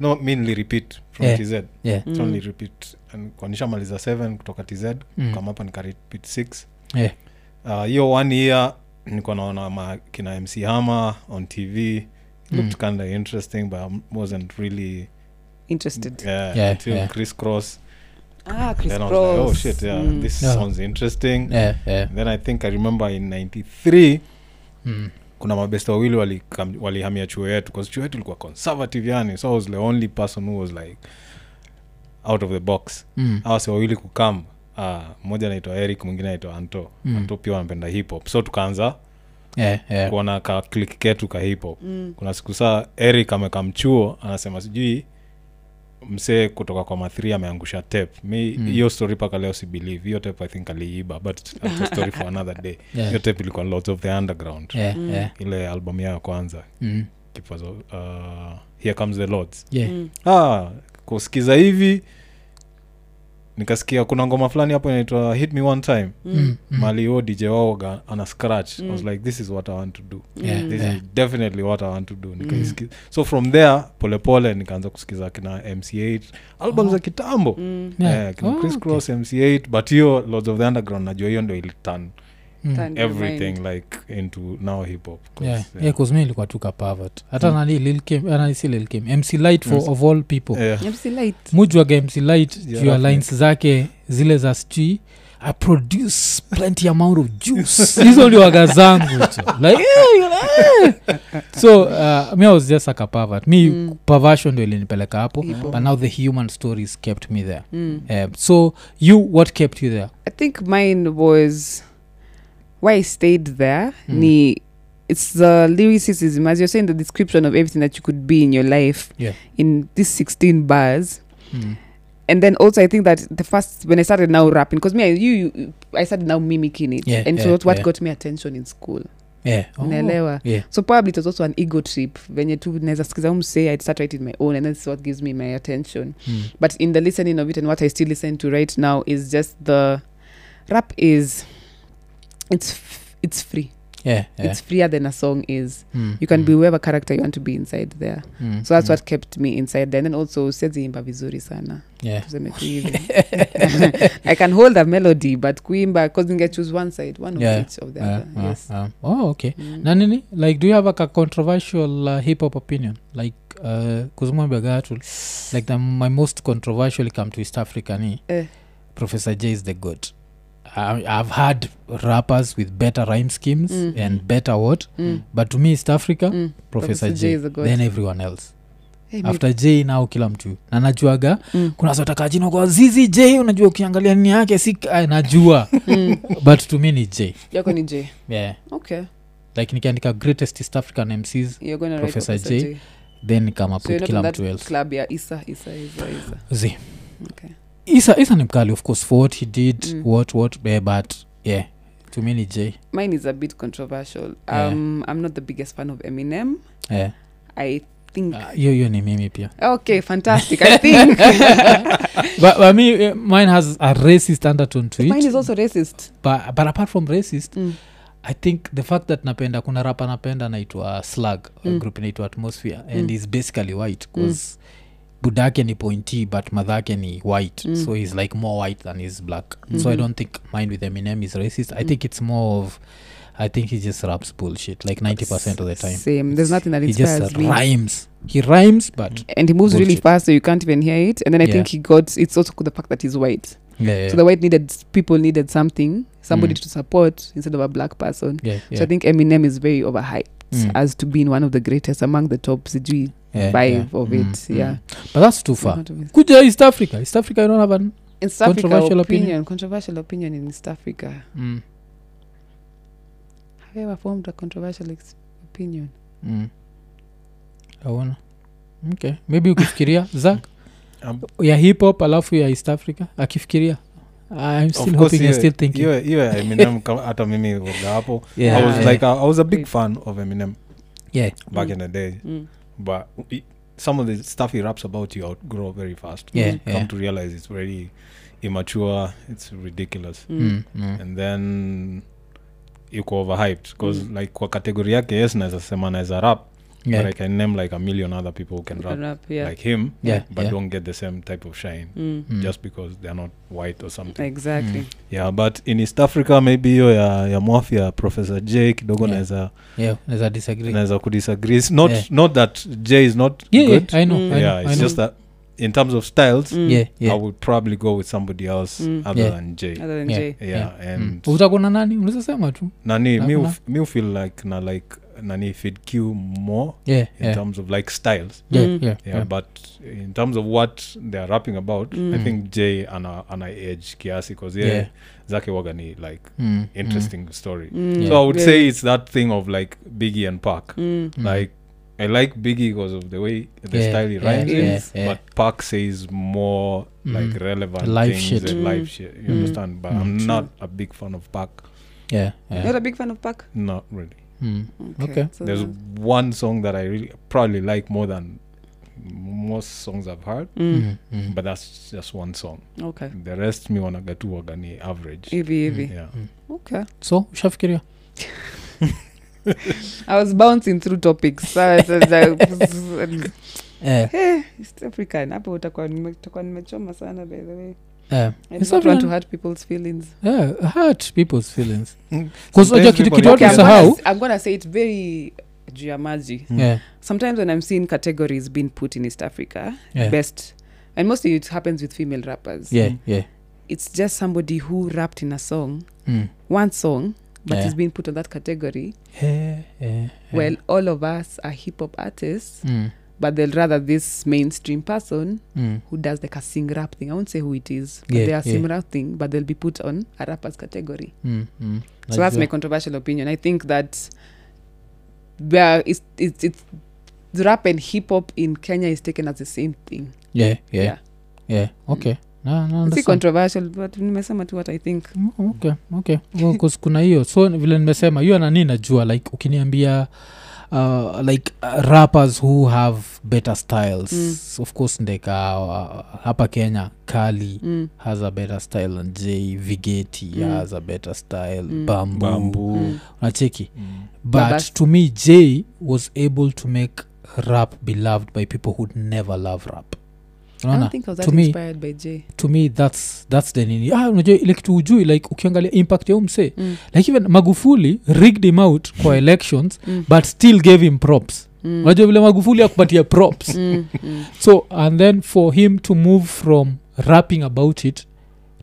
Speaker 2: no mainly repeat from
Speaker 1: Yeah.
Speaker 2: tz it's
Speaker 1: yeah
Speaker 3: Mm.
Speaker 2: only repeat and kwanishamaliza 7 kutoka tz
Speaker 1: Mm.
Speaker 2: kama hapa nikarepeat 6
Speaker 1: Yeah.
Speaker 2: Uh, hiyo one year nilikuwa naona ma- kina mc hama on tv it looked
Speaker 1: Mm.
Speaker 2: kind of interesting but I wasn't really
Speaker 3: interested
Speaker 2: yeah,
Speaker 1: Yeah,
Speaker 2: until
Speaker 1: yeah.
Speaker 2: chris cross
Speaker 3: ah, Chris
Speaker 2: then i was
Speaker 3: Cross.
Speaker 2: like oh shit yeah
Speaker 3: Mm.
Speaker 2: this
Speaker 1: Yeah.
Speaker 2: sounds interesting
Speaker 1: yeah yeah
Speaker 2: then i think i remember in 93
Speaker 1: mm.
Speaker 2: kuna mabest wawili walikam- walihamia chuo yetu bcause chuo yetu ilikuwa conservative yani so i was the only person who was like out of the box
Speaker 1: Mm.
Speaker 2: awa si wawili kukam ah, mmoja anaitwa eric mwingine anaitwa anto
Speaker 1: Mm.
Speaker 2: anto pia wanapenda hip hop so tukaanza
Speaker 1: yeah yeah
Speaker 2: kuona ka click ketu ka hip hop
Speaker 3: Mm.
Speaker 2: kuna siku saa eric amekamchuo anasema sijui msee kutoka kwa mathri ameangusha tape mi
Speaker 1: Mm.
Speaker 2: hiyo story mpaka leo si believe hiyo tape i think aliiba but that's a story for another day hiyo
Speaker 1: yeah
Speaker 2: tape ilikuwa lords of the underground
Speaker 1: yeah
Speaker 3: Mm.
Speaker 1: yeah
Speaker 2: ile album yao ya kwanza
Speaker 1: mm.
Speaker 2: kipazo uh, here comes the lords
Speaker 1: yeah
Speaker 3: Mm.
Speaker 2: ah, kusikiza hivi nikasikia kuna ngoma fulani hapo inaitwa hit me one time
Speaker 1: Mm.
Speaker 3: Mm.
Speaker 1: Mm.
Speaker 2: mali huo dj waoga ana scratch mm. i was
Speaker 3: Mm.
Speaker 2: like this is what i want to do
Speaker 1: Yeah. Mm.
Speaker 2: this
Speaker 3: Mm.
Speaker 2: is definitely what i want to do nikaisikiza so from there polepole nikaanza kusikiza kina mc8 album
Speaker 1: Oh.
Speaker 2: za kitambo
Speaker 3: Mm.
Speaker 1: Yeah.
Speaker 2: yeah. kina
Speaker 1: Oh,
Speaker 2: chris
Speaker 1: okay.
Speaker 2: cross mc8 but hiyo lords of the underground najua hiyo ndo ilitan
Speaker 1: Mm.
Speaker 3: Turn your
Speaker 2: everything
Speaker 3: mind.
Speaker 2: like into now hip hop 'Cause,
Speaker 1: yeah
Speaker 2: yeah.
Speaker 1: yeah 'cause mi ilikuwa tu kapavat hata
Speaker 2: Mm.
Speaker 1: nani Lil Kim- ah, nani si Lil Kim, mc light for
Speaker 2: Yes.
Speaker 1: of all people
Speaker 2: Yeah.
Speaker 3: MC Light.
Speaker 1: mujwaga mc light
Speaker 2: Yeah,
Speaker 1: juu ya
Speaker 2: rough
Speaker 1: lines zake zile za sijui i produce plenty amount of juice hizo ndio waga zangu hizo. like, eh, you're like, eh. so uh, mi I was just aka pervert. mi
Speaker 3: Mm.
Speaker 1: perversion ndio ilinipeleka hapo
Speaker 3: Hip hop.
Speaker 1: but now the human stories kept me there
Speaker 3: Mm.
Speaker 1: um, so you what kept you there
Speaker 3: I think mine was why I stayed there.
Speaker 1: Mm.
Speaker 3: Ni, it's the lyricism, as you're saying, the description of everything that you could be in your life
Speaker 1: Yeah.
Speaker 3: in these 16 bars.
Speaker 1: mm.
Speaker 3: And then also, I think that the first when I started now rapping, because me, I, you, you, I started now mimicking it,
Speaker 1: Yeah,
Speaker 3: and
Speaker 1: yeah,
Speaker 3: so what, what
Speaker 1: yeah.
Speaker 3: got me attention in school.
Speaker 1: yeah. Oh.
Speaker 3: Unaelewa?
Speaker 1: yeah.
Speaker 3: So probably it was also an ego trip. Venye tu naweza sikiza huu msee, I'd start writing my own, and that's what gives me my attention.
Speaker 1: Mm.
Speaker 3: but in the listening of it and what i still listen to right now is just the rap is it's f- it's free
Speaker 1: yeah yeah
Speaker 3: it's freer than a song is
Speaker 1: Mm.
Speaker 3: you can
Speaker 1: Mm.
Speaker 3: be whoever character you want to be inside there
Speaker 1: Mm.
Speaker 3: so that's
Speaker 1: Mm.
Speaker 3: what kept me inside there and then also siaziimba vizuri sana
Speaker 1: yeah
Speaker 3: tuseme tu hivyo. i can hold a melody but kuimba because ninge choose one side one of
Speaker 1: Yeah.
Speaker 3: each of the
Speaker 1: Yeah,
Speaker 3: other
Speaker 1: yeah,
Speaker 3: yes
Speaker 1: yeah. oh okay
Speaker 3: Mm.
Speaker 1: na nini like do you have like a controversial uh, hip hop opinion like uh, kuzumwambiagatu like the, my most controversial come to east africa ni
Speaker 3: Eh.
Speaker 1: professor j is the good I, i've had rappers with better rhyme schemes
Speaker 3: Mm.
Speaker 1: and better what
Speaker 3: Mm,
Speaker 1: but to me east africa
Speaker 3: mm.
Speaker 1: professor
Speaker 3: Professor Jay
Speaker 1: j
Speaker 3: is the goat.
Speaker 1: then everyone else
Speaker 3: Hey, me-
Speaker 1: after j now kila mtu na najuaga
Speaker 3: Mm,
Speaker 1: kuna sotaka jina kwa zizi j unajua ukiangalia nini yake si ah, najua
Speaker 3: mm.
Speaker 1: but to me ni j
Speaker 3: yako ni j
Speaker 1: yeah
Speaker 3: okay
Speaker 1: like nikiandika greatest east african mcs
Speaker 3: you're gonna write
Speaker 1: Professor
Speaker 3: Professor
Speaker 1: Jay.
Speaker 3: Jay.
Speaker 1: then kama
Speaker 3: so you're
Speaker 1: put
Speaker 3: not
Speaker 1: kila
Speaker 3: in that
Speaker 1: mtu else
Speaker 3: club ya isa isa isa isa
Speaker 1: zi
Speaker 3: Okay.
Speaker 1: isa isa ni mkali of course for what he did
Speaker 3: Mm.
Speaker 1: what what eh, but yeah to me ni j eh.
Speaker 3: mine is a bit controversial
Speaker 1: Yeah.
Speaker 3: um i'm not the biggest fan of eminem
Speaker 1: Eh,
Speaker 3: i think
Speaker 1: ah, hiyo hiyo ni mimi pia
Speaker 3: okay fantastic i think
Speaker 1: but, but me, eh, mine has a racist undertone to
Speaker 3: mine
Speaker 1: it
Speaker 3: is also racist
Speaker 1: but, but apart from racist
Speaker 3: Mm.
Speaker 1: i think the fact that napenda kuna rapa napenda naitwa slug mm.
Speaker 3: Mm.
Speaker 1: group inaitwa atmosphere and
Speaker 3: Mm.
Speaker 1: is basically white bcause mm. budake ni pointy but madhake ni white
Speaker 3: Mm.
Speaker 1: so he's like more white than he's black so i
Speaker 3: Mhm.
Speaker 1: don't think mine with eminem is racist i
Speaker 3: Mm.
Speaker 1: think it's more of i think he just raps bullshit like 90% of the time
Speaker 3: same there's nothing that
Speaker 1: he just
Speaker 3: inspires me
Speaker 1: rhymes he rhymes but
Speaker 3: and he moves really
Speaker 1: Bullshit.
Speaker 3: fast so you can't even hear it and then i
Speaker 1: Yeah.
Speaker 3: think he got it's also the fact that he's white
Speaker 1: yeah, yeah,
Speaker 3: Mm. so the white needed people needed something somebody
Speaker 1: Mm.
Speaker 3: to support instead of a black person
Speaker 1: yeah, yeah,
Speaker 3: so i think eminem is very overhyped
Speaker 1: Mm.
Speaker 3: as to being one of the greatest among the top sijui
Speaker 1: yeah, Mm,
Speaker 3: five of it, yeah. Mm-hmm.
Speaker 1: but that's too far
Speaker 3: Not even-
Speaker 1: kuja east africa east africa you don't have an
Speaker 3: in South Africa,
Speaker 1: Controversial
Speaker 3: opinion,
Speaker 1: opinion.
Speaker 3: controversial opinion in East Africa
Speaker 1: mm,
Speaker 3: Have you ever formed a controversial ex- opinion?
Speaker 1: mm. aona okay maybe ukifikiria zak
Speaker 2: Um,
Speaker 1: ya hip hop alafu ya east africa akifikiria i'm
Speaker 2: Of
Speaker 1: still
Speaker 2: course,
Speaker 1: hoping you're
Speaker 2: hiyo-
Speaker 1: still thinking
Speaker 2: hiyo- hiyo ya Eminem ka- hata mimi woga hapo
Speaker 1: Yeah,
Speaker 2: i was
Speaker 1: yeah.
Speaker 2: like um, I, i was a big
Speaker 3: Wait.
Speaker 2: fan of eminem
Speaker 1: yeah
Speaker 2: back
Speaker 3: Mm.
Speaker 2: in the day
Speaker 3: Mm.
Speaker 2: but it- some of the stuff he raps about you outgrow very fast
Speaker 1: yeah
Speaker 3: Mm.
Speaker 2: come
Speaker 1: yeah
Speaker 2: to realize it's
Speaker 1: Hmm.
Speaker 2: very immature it's ridiculous
Speaker 1: Mm, mm.
Speaker 2: and then iko overhyped because mm. like kwa kategori yake yes naweza sema naweza rap
Speaker 1: Yeah.
Speaker 2: but i can name like a million other people who can rap
Speaker 3: Rap, yeah.
Speaker 2: like him
Speaker 1: Yeah,
Speaker 2: but
Speaker 1: yeah.
Speaker 2: don't get the same type of shine
Speaker 3: Mm.
Speaker 1: Mm.
Speaker 2: just because they're not white or something
Speaker 3: exactly
Speaker 2: yeah but in east africa maybe hiyo ya, ya mwafi ya professor j kidogo
Speaker 1: Yeah.
Speaker 2: naweza
Speaker 1: yeah, naweza disagree
Speaker 2: naweza kudisagree It's not,
Speaker 1: Yeah.
Speaker 2: not that j is not
Speaker 1: yeah,
Speaker 2: good
Speaker 1: yeah, I know,
Speaker 3: Mm.
Speaker 1: I know,
Speaker 2: yeah
Speaker 1: I
Speaker 2: it's
Speaker 1: know.
Speaker 2: just that in terms of styles
Speaker 3: Mm.
Speaker 1: yeah,
Speaker 2: i
Speaker 1: yeah.
Speaker 2: would probably go with somebody else
Speaker 3: Mm.
Speaker 2: other
Speaker 1: Yeah.
Speaker 2: than j
Speaker 3: other than
Speaker 1: Yeah.
Speaker 3: Jay.
Speaker 2: yeah, and
Speaker 1: Mm. utakona nani unaweza sema tu
Speaker 2: nani
Speaker 1: Na
Speaker 2: mi
Speaker 1: kuna-
Speaker 2: uf- mi ufeel like na like nani feed q more
Speaker 1: yeah,
Speaker 2: in
Speaker 1: yeah.
Speaker 2: terms of like styles
Speaker 1: Yeah,
Speaker 3: Mm.
Speaker 1: yeah,
Speaker 2: yeah,
Speaker 1: yeah.
Speaker 2: but in terms of what they're rapping about i
Speaker 3: Mm.
Speaker 2: think j ana, ana edge kiasi bcause yeah,
Speaker 1: Yeah.
Speaker 2: zake waga ni like
Speaker 1: Mm,
Speaker 2: interesting story
Speaker 3: Mm.
Speaker 2: so i would
Speaker 3: Yeah.
Speaker 2: say it's that thing of like biggie and park
Speaker 3: Mm.
Speaker 1: mm, mm.
Speaker 2: like i like biggie because of the way the
Speaker 1: Yeah,
Speaker 2: style he
Speaker 1: yeah,
Speaker 2: rhymes in
Speaker 1: yeah, yeah.
Speaker 2: but park says more like
Speaker 1: Mm.
Speaker 2: relevant
Speaker 1: Life
Speaker 2: things
Speaker 1: shit.
Speaker 2: and
Speaker 3: Mm.
Speaker 2: life shit you
Speaker 1: Mm.
Speaker 2: understand but
Speaker 1: Mm.
Speaker 2: i'm
Speaker 3: True.
Speaker 2: not a big fan of park
Speaker 1: yeah, yeah.
Speaker 3: Not a big fan of Park.
Speaker 2: not really
Speaker 1: Mm. Okay.
Speaker 3: so
Speaker 2: there's
Speaker 3: then-
Speaker 2: one song that i really probably like more than most songs i've heard
Speaker 3: Mm.
Speaker 1: Mm, mm.
Speaker 2: but that's just one song
Speaker 3: Okay.
Speaker 2: the rest mi wanaga tu waga ni average
Speaker 3: Hivi hivi.
Speaker 2: Hmm. yeah.
Speaker 3: Okay.
Speaker 1: so ushafikiria
Speaker 3: I was bouncing through topics. So I said, like,
Speaker 1: Eh,
Speaker 3: hey, East African. Hapo utakuwa nime- utakuwa nimechoma sana by the way.
Speaker 1: eh.
Speaker 3: I
Speaker 1: East
Speaker 3: do not want to
Speaker 1: African-
Speaker 3: hurt people's feelings.
Speaker 1: yeah, hurt people's feelings
Speaker 2: Mm.
Speaker 1: 'Cause unajua
Speaker 2: Sometimes
Speaker 1: kitu-
Speaker 2: people
Speaker 1: kitu
Speaker 2: need
Speaker 1: watu
Speaker 2: to So
Speaker 3: I'm
Speaker 1: husahau-
Speaker 3: gonna, I'm gonna say it very juu ya maji.
Speaker 2: Mm.
Speaker 1: Yeah,
Speaker 3: Sometimes when I'm seeing categories being put in East Africa,
Speaker 1: yeah,
Speaker 3: best and mostly it happens with female rappers.
Speaker 1: yeah, yeah.
Speaker 3: It's just somebody who rapped in a song,
Speaker 1: Mm.
Speaker 3: one song, but
Speaker 1: Yeah.
Speaker 3: is being put on that category.
Speaker 1: Eh, eh, eh.
Speaker 3: Well, all of us are hip hop artists.
Speaker 1: Mm,
Speaker 3: but they'll rather this mainstream person
Speaker 1: mm.
Speaker 3: who does like a sing rap thing. I won't say who it is. But
Speaker 1: Yeah,
Speaker 3: they are sing
Speaker 1: yeah.
Speaker 3: rap thing, but they'll be put on a rapper's category.
Speaker 1: Mm, mm.
Speaker 3: so that's my
Speaker 1: Najua.
Speaker 3: controversial opinion. I think that where it's it's, it's the rap and hip hop in Kenya is taken as the same thing.
Speaker 1: yeah yeah yeah,
Speaker 3: Yeah.
Speaker 1: okay Na- na
Speaker 3: It's
Speaker 1: understand.
Speaker 3: controversial, but nimesema tu what I think.
Speaker 1: Mm, okay okay Well, 'cause kuna hiyo so vile nimesema hiyo nani najua like ukiniambia uh, like uh, rappers who have better styles
Speaker 3: Mm.
Speaker 1: of course ndeka uh, hapa kenya kali
Speaker 3: Mm.
Speaker 1: has a better style and j vigeti
Speaker 3: Mm.
Speaker 1: has a better style
Speaker 3: Mm.
Speaker 1: bambu,
Speaker 2: bamboo
Speaker 3: Mm.
Speaker 1: nacheki
Speaker 2: Mm.
Speaker 1: but
Speaker 3: Babas.
Speaker 1: to me j was able to make rap be loved by people who'd never love rap
Speaker 3: I
Speaker 1: unaona
Speaker 3: don't think I was
Speaker 1: to
Speaker 3: that
Speaker 1: me-
Speaker 3: inspired by Jay.
Speaker 1: to me that's that's the nini ah, unajua ile kitu ujui like ukiangalia impact ya umse
Speaker 3: Mm.
Speaker 1: like even magufuli rigged him out kwa elections
Speaker 3: Mm.
Speaker 1: but still gave him props
Speaker 3: Mm.
Speaker 1: unajua vile magufuli akupatia props
Speaker 3: Mm. Mm.
Speaker 1: so and then for him to move from rapping about it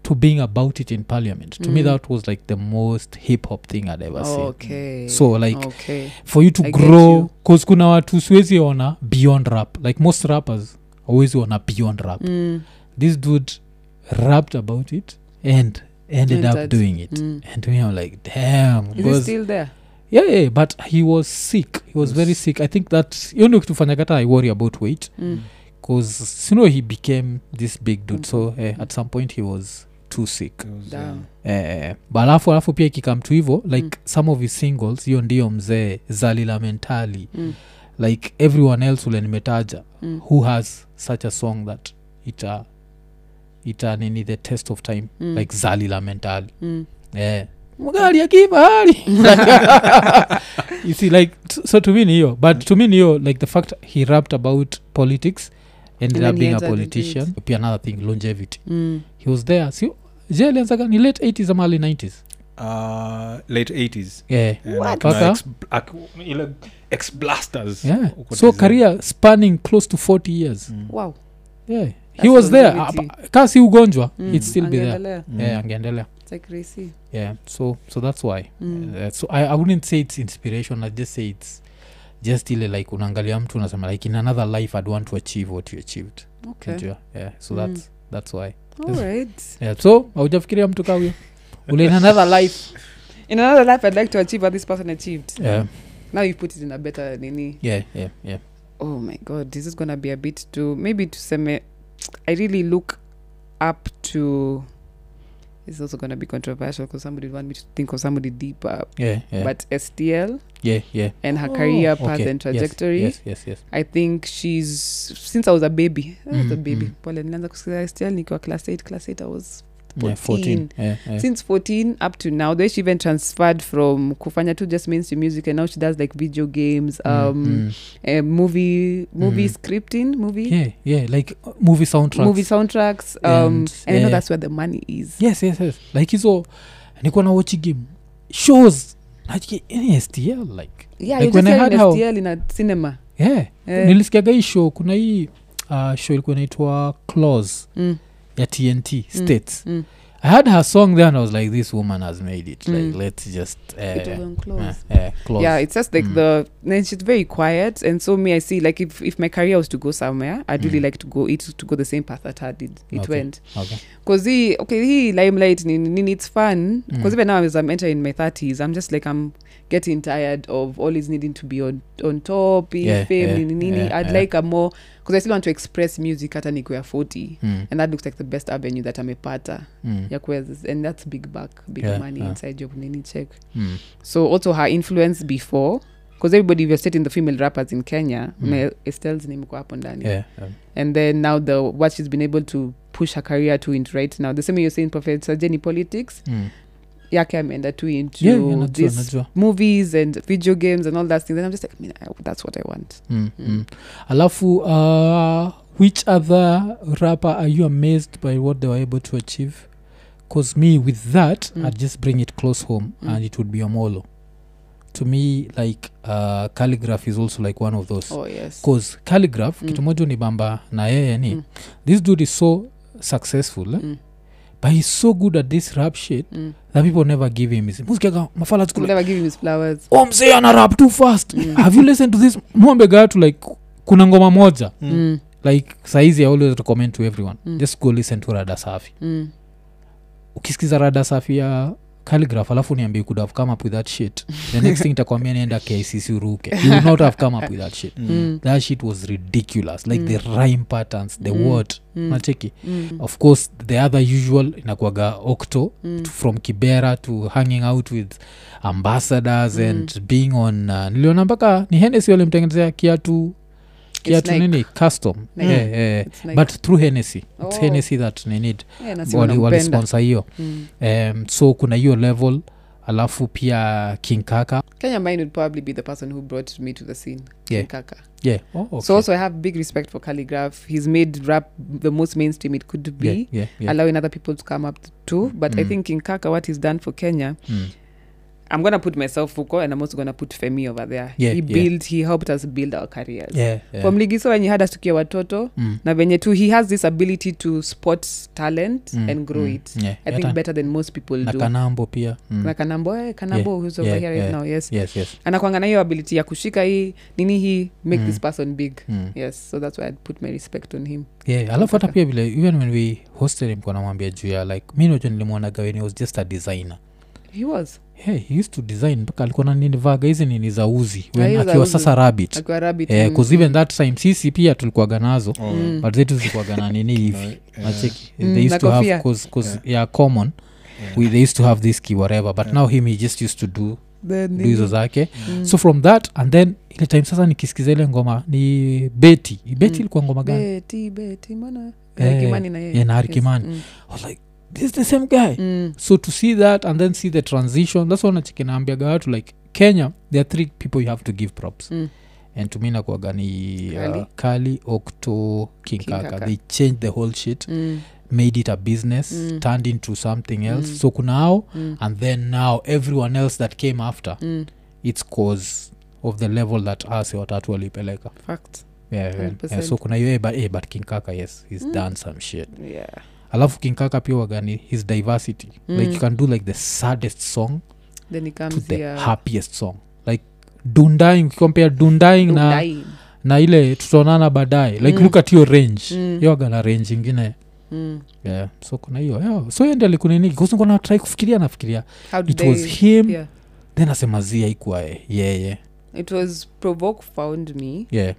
Speaker 1: to being about it in parliament to me
Speaker 3: Mm.
Speaker 1: that was like the most hip hop thing i'd ever seen
Speaker 3: Okay.
Speaker 1: so like
Speaker 3: okay.
Speaker 1: for you to
Speaker 3: I get
Speaker 1: grow
Speaker 3: you.
Speaker 1: bcause kuna watu siwezi ona beyond rap like most rappers always ona beyond rap
Speaker 3: Mm.
Speaker 1: this dude rapped about it and ended
Speaker 3: And
Speaker 1: up
Speaker 3: that's-
Speaker 1: doing it
Speaker 3: Mm.
Speaker 1: and we are like damn
Speaker 3: Is it
Speaker 1: because
Speaker 3: still there?
Speaker 1: yeah, yeah but he was sick he was very
Speaker 2: Yes.
Speaker 1: sick i think that you know kitufanya kata i worry about weight
Speaker 3: Mm.
Speaker 1: because you know he became this big dude so eh,
Speaker 3: Mm.
Speaker 1: at some point he was too sick
Speaker 2: It was,
Speaker 3: Damn.
Speaker 1: eh, but alafu alafu pia ikikam tu hivo like
Speaker 3: Mm.
Speaker 1: some of his singles hiyo ndiyo mzee zalila mentali
Speaker 3: Mm.
Speaker 1: like everyone else ule nimetaja
Speaker 3: Mm.
Speaker 1: who has such a song that ita ita nini the test of time
Speaker 3: Mm.
Speaker 1: like Eh, zalila mentali
Speaker 3: Mm.
Speaker 1: yeah. mgari ya kifahari you see like t- so to me ni hiyo
Speaker 3: Mm.
Speaker 1: but to me ni hiyo like the fact he rapped about politics ended
Speaker 3: And then
Speaker 1: up
Speaker 3: he
Speaker 1: being a
Speaker 3: entered into
Speaker 1: politician pia another thing longevity
Speaker 3: Mm.
Speaker 1: he was there si je alianzaga ni late 80s ama early 90s
Speaker 2: uh, late 80s
Speaker 1: yeah.
Speaker 2: And
Speaker 3: What?
Speaker 2: kuna
Speaker 1: Kaka.
Speaker 2: Eh, ex- ak- ile ex blasters
Speaker 1: Yeah.
Speaker 2: Uko
Speaker 1: so
Speaker 2: design.
Speaker 1: career spanning close to 40 years
Speaker 2: Mm.
Speaker 3: Wow.
Speaker 1: yeah. he
Speaker 3: That's
Speaker 1: was there
Speaker 3: longevity.
Speaker 1: Apa- ka si ugonjwa
Speaker 3: Mm.
Speaker 1: it's still be there
Speaker 3: Angeendelea.
Speaker 2: Mm.
Speaker 1: yeah angeendelea
Speaker 3: It's like crazy.
Speaker 1: yeah so so that's why
Speaker 3: Mm.
Speaker 1: uh, so I, i wouldn't say it's inspiration i just say it's just ile like unaangalia mtu unasema like in another life i'd want to achieve what you achieved
Speaker 3: Okay.
Speaker 1: Unajua? yeah so
Speaker 3: Mm.
Speaker 1: that's that's why
Speaker 3: All right.
Speaker 1: yeah so aujafikiria mtu kawio ule in another life
Speaker 3: In another life, I'd like to achieve what this person achieved.
Speaker 1: yeah
Speaker 3: Now you put it in a better nini.
Speaker 1: yeah yeah yeah
Speaker 3: Oh my God, this is gonna be a bit too. Maybe to seme. I really look up to. It's also gonna be controversial because somebody would want me to think of somebody deeper.
Speaker 1: yeah yeah
Speaker 3: But STL
Speaker 1: yeah yeah
Speaker 3: and her
Speaker 2: Oh,
Speaker 3: career path
Speaker 1: okay
Speaker 3: and
Speaker 1: yes,
Speaker 3: trajectory.
Speaker 1: yes yes yes
Speaker 3: I think she's since I was a baby. I was a
Speaker 1: Mm,
Speaker 3: baby.
Speaker 1: mm.
Speaker 3: Pole, nilianza kusikiza STL nikiwa class 8. Class 8 I was
Speaker 1: yeah, 14
Speaker 3: 14
Speaker 1: yeah, yeah.
Speaker 3: since 14 up to now the way she even transferred from kufanya to just mainstream music and now she does like video games um
Speaker 1: Mm,
Speaker 3: Uh, movie movie
Speaker 1: Mm.
Speaker 3: scripting movie
Speaker 1: mm. yeah yeah like uh, movie soundtracks
Speaker 3: movie soundtracks um
Speaker 1: And,
Speaker 3: and, i know
Speaker 1: yeah.
Speaker 3: that's where the money is
Speaker 1: yes yes yes like hizo nikuwa na watch game shows like, eh, STL like
Speaker 3: yeah
Speaker 1: Like
Speaker 3: you
Speaker 1: when
Speaker 3: just
Speaker 1: I
Speaker 3: hear
Speaker 1: had
Speaker 3: in
Speaker 1: how-
Speaker 3: STL in a cinema
Speaker 1: yeah
Speaker 3: Eh,
Speaker 1: nilisikiaga hii show kuna hii uh, show ilikuwa inaitwa clause
Speaker 3: mm,
Speaker 1: ya tnt states
Speaker 3: mm.
Speaker 1: i had her song there and i was like this woman has made it like
Speaker 3: Mm.
Speaker 1: let's just uh,
Speaker 3: it was on close.
Speaker 1: uh, uh, close.
Speaker 3: yeah it's just like
Speaker 1: Mm.
Speaker 3: the then she's very quiet and so me i see like if, if my career was to go somewhere i'd really
Speaker 1: Mm.
Speaker 3: like to go it to go the same path that her did it
Speaker 1: Okay.
Speaker 3: went
Speaker 1: okay.
Speaker 3: because he okay he limelight nini, nini it's fun because
Speaker 1: Mm.
Speaker 3: even now as i'm entering my 30s i'm just like i'm getting tired of always needing to be on on top in
Speaker 1: Yeah,
Speaker 3: fame
Speaker 1: yeah,
Speaker 3: nini, nini.
Speaker 1: yeah,
Speaker 3: i'd
Speaker 1: yeah.
Speaker 3: like a more because i still want to express music hata nikiwa 40
Speaker 1: Mm,
Speaker 3: and that looks like the best avenue that amepata
Speaker 1: mm,
Speaker 3: ya kuweza- and that's big back big
Speaker 1: Yeah,
Speaker 3: money
Speaker 1: yeah.
Speaker 3: inside job nini check
Speaker 1: mm.
Speaker 3: so also her influence before because everybody we are stating the female rappers in kenya
Speaker 1: Mm.
Speaker 3: mm. estelle's name iko hapo ndani
Speaker 1: Yeah, um,
Speaker 3: and then now the what she's been able to push her career to into right now the same way you're saying professor jenny politics
Speaker 1: mm.
Speaker 3: yake ameenda to into
Speaker 1: Yeah, yeah, najua,
Speaker 3: this
Speaker 1: najua.
Speaker 3: movies and video games and all that things and i'm just like I mean, I, that's what i want
Speaker 1: Mm, mm. alafu uh, which other rapper are you amazed by what they were able to achieve because me with that
Speaker 3: Mm.
Speaker 1: i'd just bring it close home
Speaker 3: Mm.
Speaker 1: and it would be omolo to me like uh, calligraph is also like one of those
Speaker 3: oh yes
Speaker 1: because calligraph
Speaker 3: Mm.
Speaker 1: kitu moja unibamba na yeye ni
Speaker 3: Mm.
Speaker 1: this dude is so successful eh?
Speaker 3: Mm.
Speaker 1: but he's so good at this rap shit
Speaker 3: mm.
Speaker 1: that people never give him his musikiaga mafala
Speaker 3: We'll
Speaker 1: skula
Speaker 3: never give him his flowers
Speaker 1: oh msee ana rap too fast
Speaker 3: Mm.
Speaker 1: have you listened to this mwambe gatu like kuna ngoma moja
Speaker 3: mm.
Speaker 1: like saizi i always recommend to everyone
Speaker 3: Mm.
Speaker 1: just go listen to rada safi
Speaker 3: Mm.
Speaker 1: ukisikiza rada safi ya calligraph alafu niambie you could have come up with that shit the next thing itakwambia nienda kicc uruke you would not have come up with that shit
Speaker 2: Mm.
Speaker 3: Mm.
Speaker 1: that shit was ridiculous like
Speaker 3: Mm.
Speaker 1: the rhyme patterns the
Speaker 3: Mm.
Speaker 1: word
Speaker 3: Mm.
Speaker 1: nacheki
Speaker 3: Mm.
Speaker 1: of course the other usual inakuaga octo
Speaker 3: Mm.
Speaker 1: from kibera to hanging out with ambassadors
Speaker 3: Mm.
Speaker 1: and being on uh, niliona mpaka ni henesi walimtengenezea kiatu kiatu
Speaker 3: Nike.
Speaker 1: nini custom
Speaker 3: Nike.
Speaker 1: yeah, yeah.
Speaker 3: It's Mm. like-
Speaker 1: but through henesi its
Speaker 3: Oh.
Speaker 1: henesi that ni need
Speaker 3: yeah, na si
Speaker 1: Wali-
Speaker 3: wanampenda.
Speaker 1: walisponsor hiyo
Speaker 3: Mm.
Speaker 1: um, so kuna hiyo level alafu pia king kaka
Speaker 3: kenya mine would probably be the person who brought me to the scene
Speaker 1: Yeah.
Speaker 3: Kaka.
Speaker 1: yeah oh, okay.
Speaker 3: so also i have big respect for calligraph he's made rap the most mainstream it could be
Speaker 1: yeah, yeah, yeah.
Speaker 3: allowing other people to come up too but i
Speaker 1: Mm.
Speaker 3: think in kaka what he's done for kenya
Speaker 1: Mm.
Speaker 3: i'm gonna put myself fuko and i'm also gonna put femi over there
Speaker 1: Yeah,
Speaker 3: he
Speaker 1: yeah.
Speaker 3: built he helped us build our careers
Speaker 1: yeah, yeah.
Speaker 3: kwa mligiso wenye hada tukia watoto
Speaker 1: Mm,
Speaker 3: na venye tu he has this ability to spot talent
Speaker 1: mm,
Speaker 3: and grow
Speaker 1: mm,
Speaker 3: it
Speaker 1: yeah.
Speaker 3: i think
Speaker 1: Hata
Speaker 3: better than most people
Speaker 1: na
Speaker 3: do
Speaker 1: kanambo pia mm.
Speaker 3: na kanambo eh, kanambo who's over
Speaker 1: yeah,
Speaker 3: here right
Speaker 1: yeah.
Speaker 3: now yes
Speaker 1: yes, yes.
Speaker 3: anakwanga na hiyo ability ya kushika hii nini hii make
Speaker 1: Mm.
Speaker 3: this person big
Speaker 1: Mm.
Speaker 3: yes so that's why i'd put my respect on him
Speaker 1: yeah alafu hata
Speaker 3: Kaka.
Speaker 1: pia vile even when we hosted him kunamwambia juu ya like mi najo nilimwonaga when he was just a designer
Speaker 3: he was
Speaker 1: hey, he used to design mpaka alikuwa naninivaga hizi nini za uzi
Speaker 3: Ah,
Speaker 1: when
Speaker 3: hizo za
Speaker 1: akiwa
Speaker 3: uzi.
Speaker 1: sasa rabbit
Speaker 3: akiwa rabbit
Speaker 1: Eh,
Speaker 3: mm,
Speaker 1: 'cause
Speaker 3: mm.
Speaker 1: even that time sisi pia tulikuwaga nazo
Speaker 2: Oh,
Speaker 3: Mm.
Speaker 1: but zetu zilikuwaga na nini hivi
Speaker 2: yeah.
Speaker 1: nacheki
Speaker 3: Mm,
Speaker 1: they
Speaker 3: na
Speaker 1: used to have
Speaker 3: kofia.
Speaker 1: cause, cause yeah.
Speaker 2: Yeah.
Speaker 1: common
Speaker 2: Yeah.
Speaker 1: we, they used to have this key whatever but
Speaker 2: Yeah.
Speaker 1: now him he just used to do
Speaker 3: The
Speaker 1: do
Speaker 3: nini.
Speaker 1: hizo zake
Speaker 3: Mm.
Speaker 1: so from that and then ile time sasa nikisikiza ile ngoma ni beti beti
Speaker 3: Mm.
Speaker 1: ilikuwa ngoma gani
Speaker 3: Beti, Beti, mbona?
Speaker 1: Eh,
Speaker 3: Harikimani na yeye.
Speaker 1: yeah, na
Speaker 3: Yes.
Speaker 1: Harikimani.
Speaker 3: Mm.
Speaker 1: I was like this is the same guy
Speaker 3: Mm.
Speaker 1: so to see that and then see the transition that's why nachikinaambiaga watu like kenya there are three people you have to give props
Speaker 3: Mm.
Speaker 1: and to me nakuaga ni
Speaker 3: Kali.
Speaker 1: uh, kali octo king
Speaker 3: King
Speaker 1: kaka
Speaker 3: Kaka.
Speaker 1: they changed the whole shit
Speaker 3: Mm.
Speaker 1: made it a business
Speaker 3: Mm.
Speaker 1: turned into something else
Speaker 3: Mm.
Speaker 1: so kuna hao
Speaker 3: Mm.
Speaker 1: and then now everyone else that came after
Speaker 3: Mm.
Speaker 1: its cause of the level that ase watatu walipeleka
Speaker 3: Fact.
Speaker 1: yeah, yeah, yeah.
Speaker 3: 100%.
Speaker 1: so kuna hiyo eh, but, eh, but king kaka yes he's
Speaker 3: Mm.
Speaker 1: done some shit
Speaker 3: Yeah.
Speaker 1: alafu kinkaka pia wagani his diversity mm. like
Speaker 3: Mm.
Speaker 1: you can do like the saddest song
Speaker 3: Then he
Speaker 1: to
Speaker 3: comes
Speaker 1: the
Speaker 3: here.
Speaker 1: happiest song like dundaing ukikompea dundaing na,
Speaker 3: Undying.
Speaker 1: na ile tutaonana baadaye like
Speaker 3: Mm.
Speaker 1: look at hiyo range
Speaker 3: Mm.
Speaker 1: mm. yowagana range ingine
Speaker 3: Mm.
Speaker 1: yeah. so kuna hiyo yeah. so yendi alikuniniki kusikona try kufikiria nafikiria
Speaker 3: How did
Speaker 1: it
Speaker 3: they-
Speaker 1: was him
Speaker 3: Yeah.
Speaker 1: then asema zia ikwa yeye yeah, yeah.
Speaker 3: It was Provoke found me,
Speaker 1: yeah.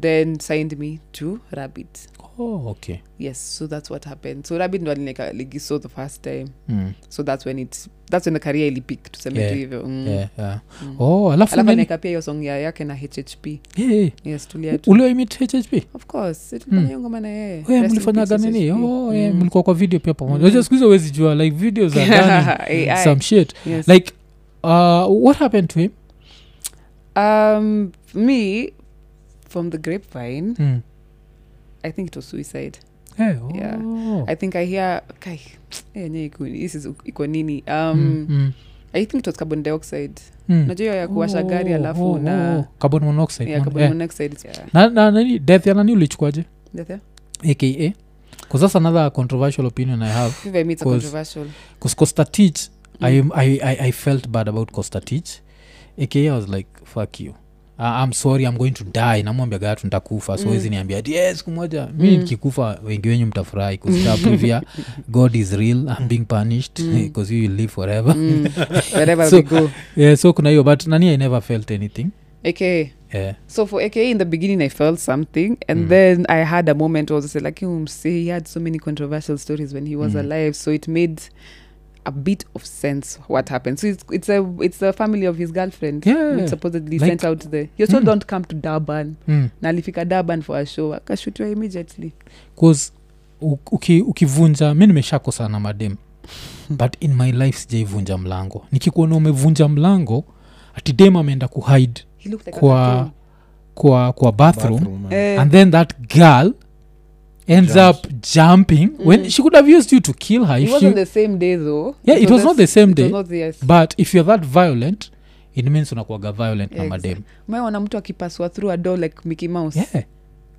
Speaker 3: then signed me to Rabbit.
Speaker 1: oh okay
Speaker 3: yes so that's what happened so rabid ndo alineka ligiso the first time
Speaker 1: mm.
Speaker 3: so that's when it that's when the career ilipik tuseme
Speaker 1: Yeah.
Speaker 3: tu hivyo mm.
Speaker 1: yeah, yeah.
Speaker 3: Mm.
Speaker 1: oh alafu
Speaker 3: alafu
Speaker 1: nini
Speaker 3: anaeka pia hiyo song ya yake na hhp
Speaker 1: yeah, yeah.
Speaker 3: yes tulia tu
Speaker 1: ulioimit hhp
Speaker 3: of course
Speaker 1: Mm.
Speaker 3: tulifanya hiyo ngoma na yeye
Speaker 1: Wewe
Speaker 3: Rest in
Speaker 1: mlifanyaga
Speaker 3: peace,
Speaker 1: nini
Speaker 3: HHP.
Speaker 1: oh, yeah,
Speaker 3: Mm.
Speaker 1: mlikuwa kwa video pia pamoja
Speaker 3: Mm.
Speaker 1: unajua siku hizi huwezi jua like video za ndani
Speaker 3: AI.
Speaker 1: some shit
Speaker 3: Yes.
Speaker 1: like uh, what happened to him
Speaker 3: um me from the grapevine
Speaker 1: mm.
Speaker 3: i think it was suicide
Speaker 1: hey, oh.
Speaker 3: Yeah. i think i hear kai yenye this is iko nini um
Speaker 1: Mm, mm,
Speaker 3: i think it was carbon dioxide
Speaker 1: mm.
Speaker 3: najua hiyo ya kuwasha gari
Speaker 1: Oh,
Speaker 3: alafu
Speaker 1: oh,
Speaker 3: na
Speaker 1: oh, oh. carbon monoxide
Speaker 3: yeah,
Speaker 1: mon-
Speaker 3: carbon
Speaker 1: eh.
Speaker 3: monoxide yeah.
Speaker 1: Na- na nani death ya nani ulichukuaje
Speaker 3: That's it.
Speaker 1: aka because that's another controversial opinion i have
Speaker 3: If I meet a
Speaker 1: Cause-
Speaker 3: controversial
Speaker 1: because costa teach
Speaker 3: Mm.
Speaker 1: I, am- I, I, i felt bad about costa teach aka i was like fuck you Uh, i'm sorry i'm going to die namwambia gatu ntakufa so
Speaker 3: Mm.
Speaker 1: wezi niambia ati, "Yeah, siku moja mi
Speaker 3: Mm.
Speaker 1: nikikufa wengi wenyu mtafurahi kustaprivia god is real i'm being punished
Speaker 3: Mm.
Speaker 1: because you will live forever
Speaker 3: mm, wherever
Speaker 1: So-
Speaker 3: we go
Speaker 1: yeah, so kuna hiyo but nani i never felt anything
Speaker 3: aka
Speaker 1: yeah.
Speaker 3: so for aka in the beginning i felt something and
Speaker 1: Mm.
Speaker 3: then i had a moment where i was just like "Hmm, see he had so many controversial stories when he was
Speaker 1: Mm.
Speaker 3: alive so it made a bit of sense what happened so it's, it's a it's the family of his girlfriend
Speaker 1: Yeah.
Speaker 3: which supposedly
Speaker 1: Like-
Speaker 3: sent out there you still
Speaker 1: Mm.
Speaker 3: don't come to durban
Speaker 1: mm.
Speaker 3: na alifika durban for a show akashutiwa immediately
Speaker 1: cause u- uki, ukivunja mi nimeshakosa na madem but in my life sijaivunja mlango nikikuona umevunja mlango ati dem ameenda kuhide
Speaker 3: he looked like
Speaker 1: Kwa-
Speaker 3: a cartoon.
Speaker 1: kwa kwa bathroom,
Speaker 2: Bathroom, eh.
Speaker 3: Eh,
Speaker 1: and then that girl ends
Speaker 2: Jumps.
Speaker 1: up jumping when
Speaker 3: Mm.
Speaker 1: she could have used you to kill her
Speaker 3: it
Speaker 1: if
Speaker 3: wasn't
Speaker 1: you,
Speaker 3: the same day though
Speaker 1: Yeah, it was not the same
Speaker 3: it was
Speaker 1: day.
Speaker 3: not the- yes.
Speaker 1: but if you're that violent it means unakuaga violent na
Speaker 3: Yeah,
Speaker 1: madem
Speaker 3: umeona mtu akipasua through a door like mickey mouse
Speaker 1: yeah.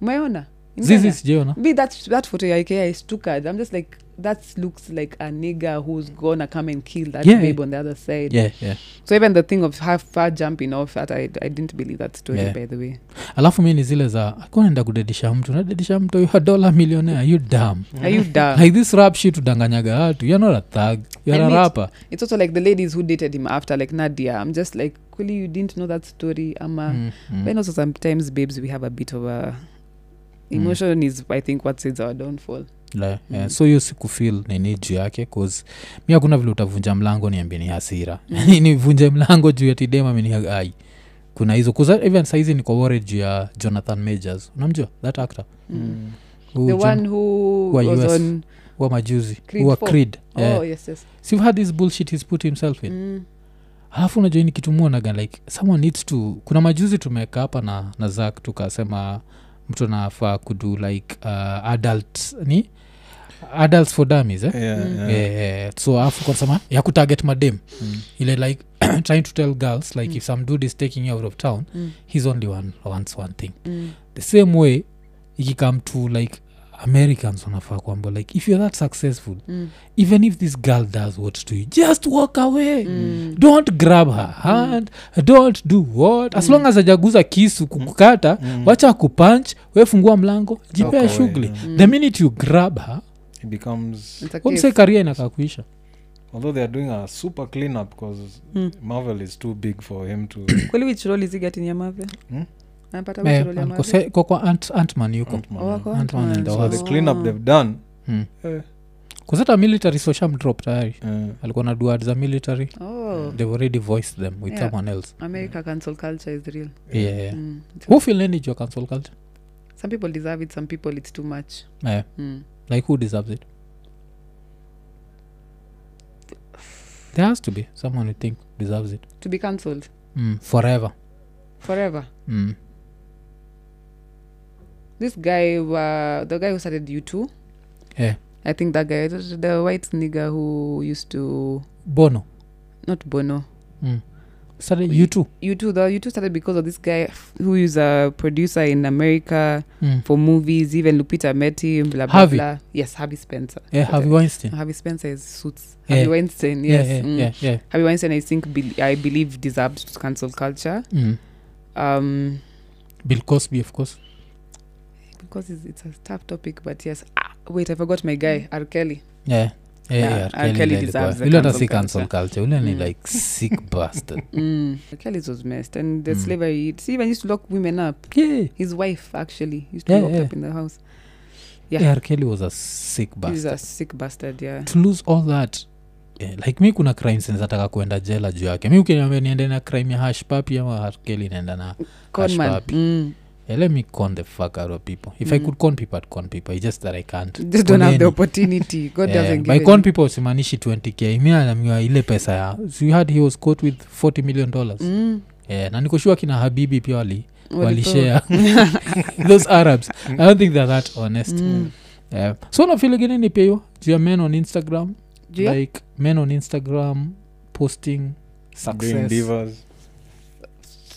Speaker 3: umeona
Speaker 1: zizi sijaiona
Speaker 3: be that that photo ya IKEA is stupid. I'm just like that looks like a nigger who's gonna come and kill that
Speaker 1: Yeah.
Speaker 3: babe on the other side.
Speaker 1: yeah, yeah.
Speaker 3: So even the thing of half far jumping off that I, I didn't believe that story
Speaker 1: Yeah.
Speaker 3: by the way.
Speaker 1: alafu mi ni zile za akunaenda kudedisha mtu nadedisha mtu you a dollar millionaire you dam
Speaker 3: Are you dumb?
Speaker 1: like this rap shit udanganyaga watu you're not a thug you're
Speaker 3: And
Speaker 1: a
Speaker 3: it-
Speaker 1: rapper
Speaker 3: It's also like the ladies who dated him after like Nadia. I'm just like Kuli, you didn't know that story, Ama.
Speaker 1: Mm, mm.
Speaker 3: But also sometimes babes we have a bit of a
Speaker 1: Mm.
Speaker 3: emotion is I think what says our downfall.
Speaker 1: La- eh,
Speaker 3: Mm.
Speaker 1: so hiyo sikufil nini juu yake cause mi hakuna vile utavunja mlango niambie ni hasira
Speaker 3: Mm.
Speaker 1: nivunje mlango juu ya tidema miniai kuna hizo kuza even saizi niko worried juu ya jonathan majors unamjua that actor
Speaker 3: Mm.
Speaker 2: Mm.
Speaker 1: Huyu
Speaker 3: The
Speaker 1: Jon-
Speaker 3: one who
Speaker 1: Who are
Speaker 3: was
Speaker 1: US?
Speaker 3: on
Speaker 1: wa majuzi
Speaker 3: Creed
Speaker 1: wa
Speaker 3: four.
Speaker 1: creed
Speaker 3: Oh
Speaker 1: eh.
Speaker 3: yes, yes.
Speaker 1: So you've had this bullshit he's put himself in
Speaker 3: Mm.
Speaker 1: alafu unajua ni kitu muonaga like someone needs to kuna majuzi tumeweka hapa na, na zak tukasema mtu anafaa kudu like uh, adult ni adults for dummies eh?
Speaker 2: Yeah,
Speaker 3: Mm.
Speaker 2: yeah.
Speaker 1: yeah. yeah. Eh, so afu kasema ya kutarget madem
Speaker 2: Mm.
Speaker 1: ile like trying to tell girls like
Speaker 3: Mm.
Speaker 1: if some dude is taking you out of town
Speaker 3: Mm.
Speaker 1: he's only one, wants one thing
Speaker 3: Mm.
Speaker 1: the same way ikikam to like americans wanafaa kwamba like if you're that successful
Speaker 3: Mm.
Speaker 1: even if this girl does what to you just walk away
Speaker 3: Mm.
Speaker 1: don't grab her hand don't do what as
Speaker 3: Mm.
Speaker 1: long as ajaguza kisu kukukata
Speaker 2: Mm.
Speaker 1: wacha kupunch wefungua mlango jipea
Speaker 2: Walk away,
Speaker 1: shughuli
Speaker 2: yeah.
Speaker 3: Mm.
Speaker 1: the minute you grab her
Speaker 2: It becomes
Speaker 3: It's a case.
Speaker 1: umse karia inakaa kuisha
Speaker 2: although they are doing a super cleanup because
Speaker 3: Mm.
Speaker 2: Marvel is too big for him to
Speaker 3: kweli which role is he getting ya Marvel?
Speaker 2: Hmm?
Speaker 3: Anapata
Speaker 1: Eh,
Speaker 3: which role ya
Speaker 1: kwa-
Speaker 3: Marvel?
Speaker 1: kwa- kwa Ant- Ant-Man yuko
Speaker 2: Ant-Man.
Speaker 3: Oh, wako
Speaker 1: Ant-Man
Speaker 3: Ant-Man.
Speaker 1: and the
Speaker 2: so the
Speaker 1: Oh.
Speaker 2: cleanup they've done
Speaker 1: Hmm.
Speaker 2: eh,
Speaker 1: kuzata military so shamdrop tayari
Speaker 2: eh,
Speaker 1: alikuwa na duad za military
Speaker 3: Oh,
Speaker 1: they've already voiced them with
Speaker 3: Yeah.
Speaker 1: someone else
Speaker 3: America cancel culture is real.
Speaker 1: yeah, yeah.
Speaker 3: Mm. It's-
Speaker 1: who feel any juu ya cancel culture
Speaker 3: Some people deserve it, some people it's too much.
Speaker 1: eh,
Speaker 3: Mm.
Speaker 1: like who deserves it there has to be someone you think deserves it
Speaker 3: To be cancelled
Speaker 1: mm, forever
Speaker 3: forever.
Speaker 1: mm.
Speaker 3: This guy, uh, the guy who started U2.
Speaker 1: Yeah.
Speaker 3: I think that guy, the white nigger who used to,
Speaker 1: bono
Speaker 3: not Bono.
Speaker 1: sare you too
Speaker 3: U2, the U2 started because of this guy who is a producer in America
Speaker 1: mm.
Speaker 3: for movies. Even Lupita met him, blah, blah,
Speaker 1: Harvey.
Speaker 3: blah. Yes, Harvey Spencer.
Speaker 1: yeah, harvey weinstein
Speaker 3: Harvey Spencer is suits.
Speaker 1: Yeah.
Speaker 3: Harvey Weinstein,
Speaker 1: yeah,
Speaker 3: Eh. Ah,
Speaker 1: yeah,
Speaker 3: yes. mm.
Speaker 1: yeah, yeah.
Speaker 3: Harvey Weinstein, I think, be- I believe, deserves to cancel culture.
Speaker 1: Mm.
Speaker 3: Um,
Speaker 1: bill cosby of course
Speaker 3: because it's, it's a tough topic, but yes. Ah, wait, I forgot my guy, R. Kelly.
Speaker 1: yeah yeah,
Speaker 3: Yeah,
Speaker 1: yeah,
Speaker 3: R. Kelly deserves the
Speaker 1: ule hata
Speaker 3: cancel
Speaker 1: si cancel culture ule ni
Speaker 3: Mm.
Speaker 1: like sick bastard
Speaker 3: Mm. R. Kelly's was messed. And the
Speaker 1: Mm.
Speaker 3: slavery, he even used to lock women up.
Speaker 1: yeah.
Speaker 3: His wife, actually, used to
Speaker 1: Yeah,
Speaker 3: lock
Speaker 1: yeah.
Speaker 3: up in the house. Yeah.
Speaker 1: yeah. kelly was a sick
Speaker 3: he's
Speaker 1: bastard.
Speaker 3: a sick bastard yeah
Speaker 1: to lose all that eh, like mi kuna crimes nataka kuenda jela juu yake mi ukiniambia niende na crime ya hashpapi ama harkeli naenda na
Speaker 3: Conman.
Speaker 1: Ashwabi.
Speaker 3: Mm.
Speaker 1: eh, let me con the fuck out of people if i
Speaker 3: Mm.
Speaker 1: could con people i'd con people It's just that i can't
Speaker 3: just don't have
Speaker 1: Koneni.
Speaker 3: the opportunity god
Speaker 1: Yeah,
Speaker 3: doesn't give
Speaker 1: by
Speaker 3: it.
Speaker 1: con people simaanishi 20k mi anamiwa ile pesa ya so you had he was caught with 40 million dollars
Speaker 3: Mm.
Speaker 1: yeah, na nikoshua kina habibi pia wali
Speaker 3: Walipewa.
Speaker 1: walishare those arabs i don't think they're that honest
Speaker 3: Mm.
Speaker 1: yeah. so nafiligini ni peyo juu ya men on instagram
Speaker 3: Do you-
Speaker 1: like men on instagram posting
Speaker 2: Being
Speaker 1: success
Speaker 2: divas.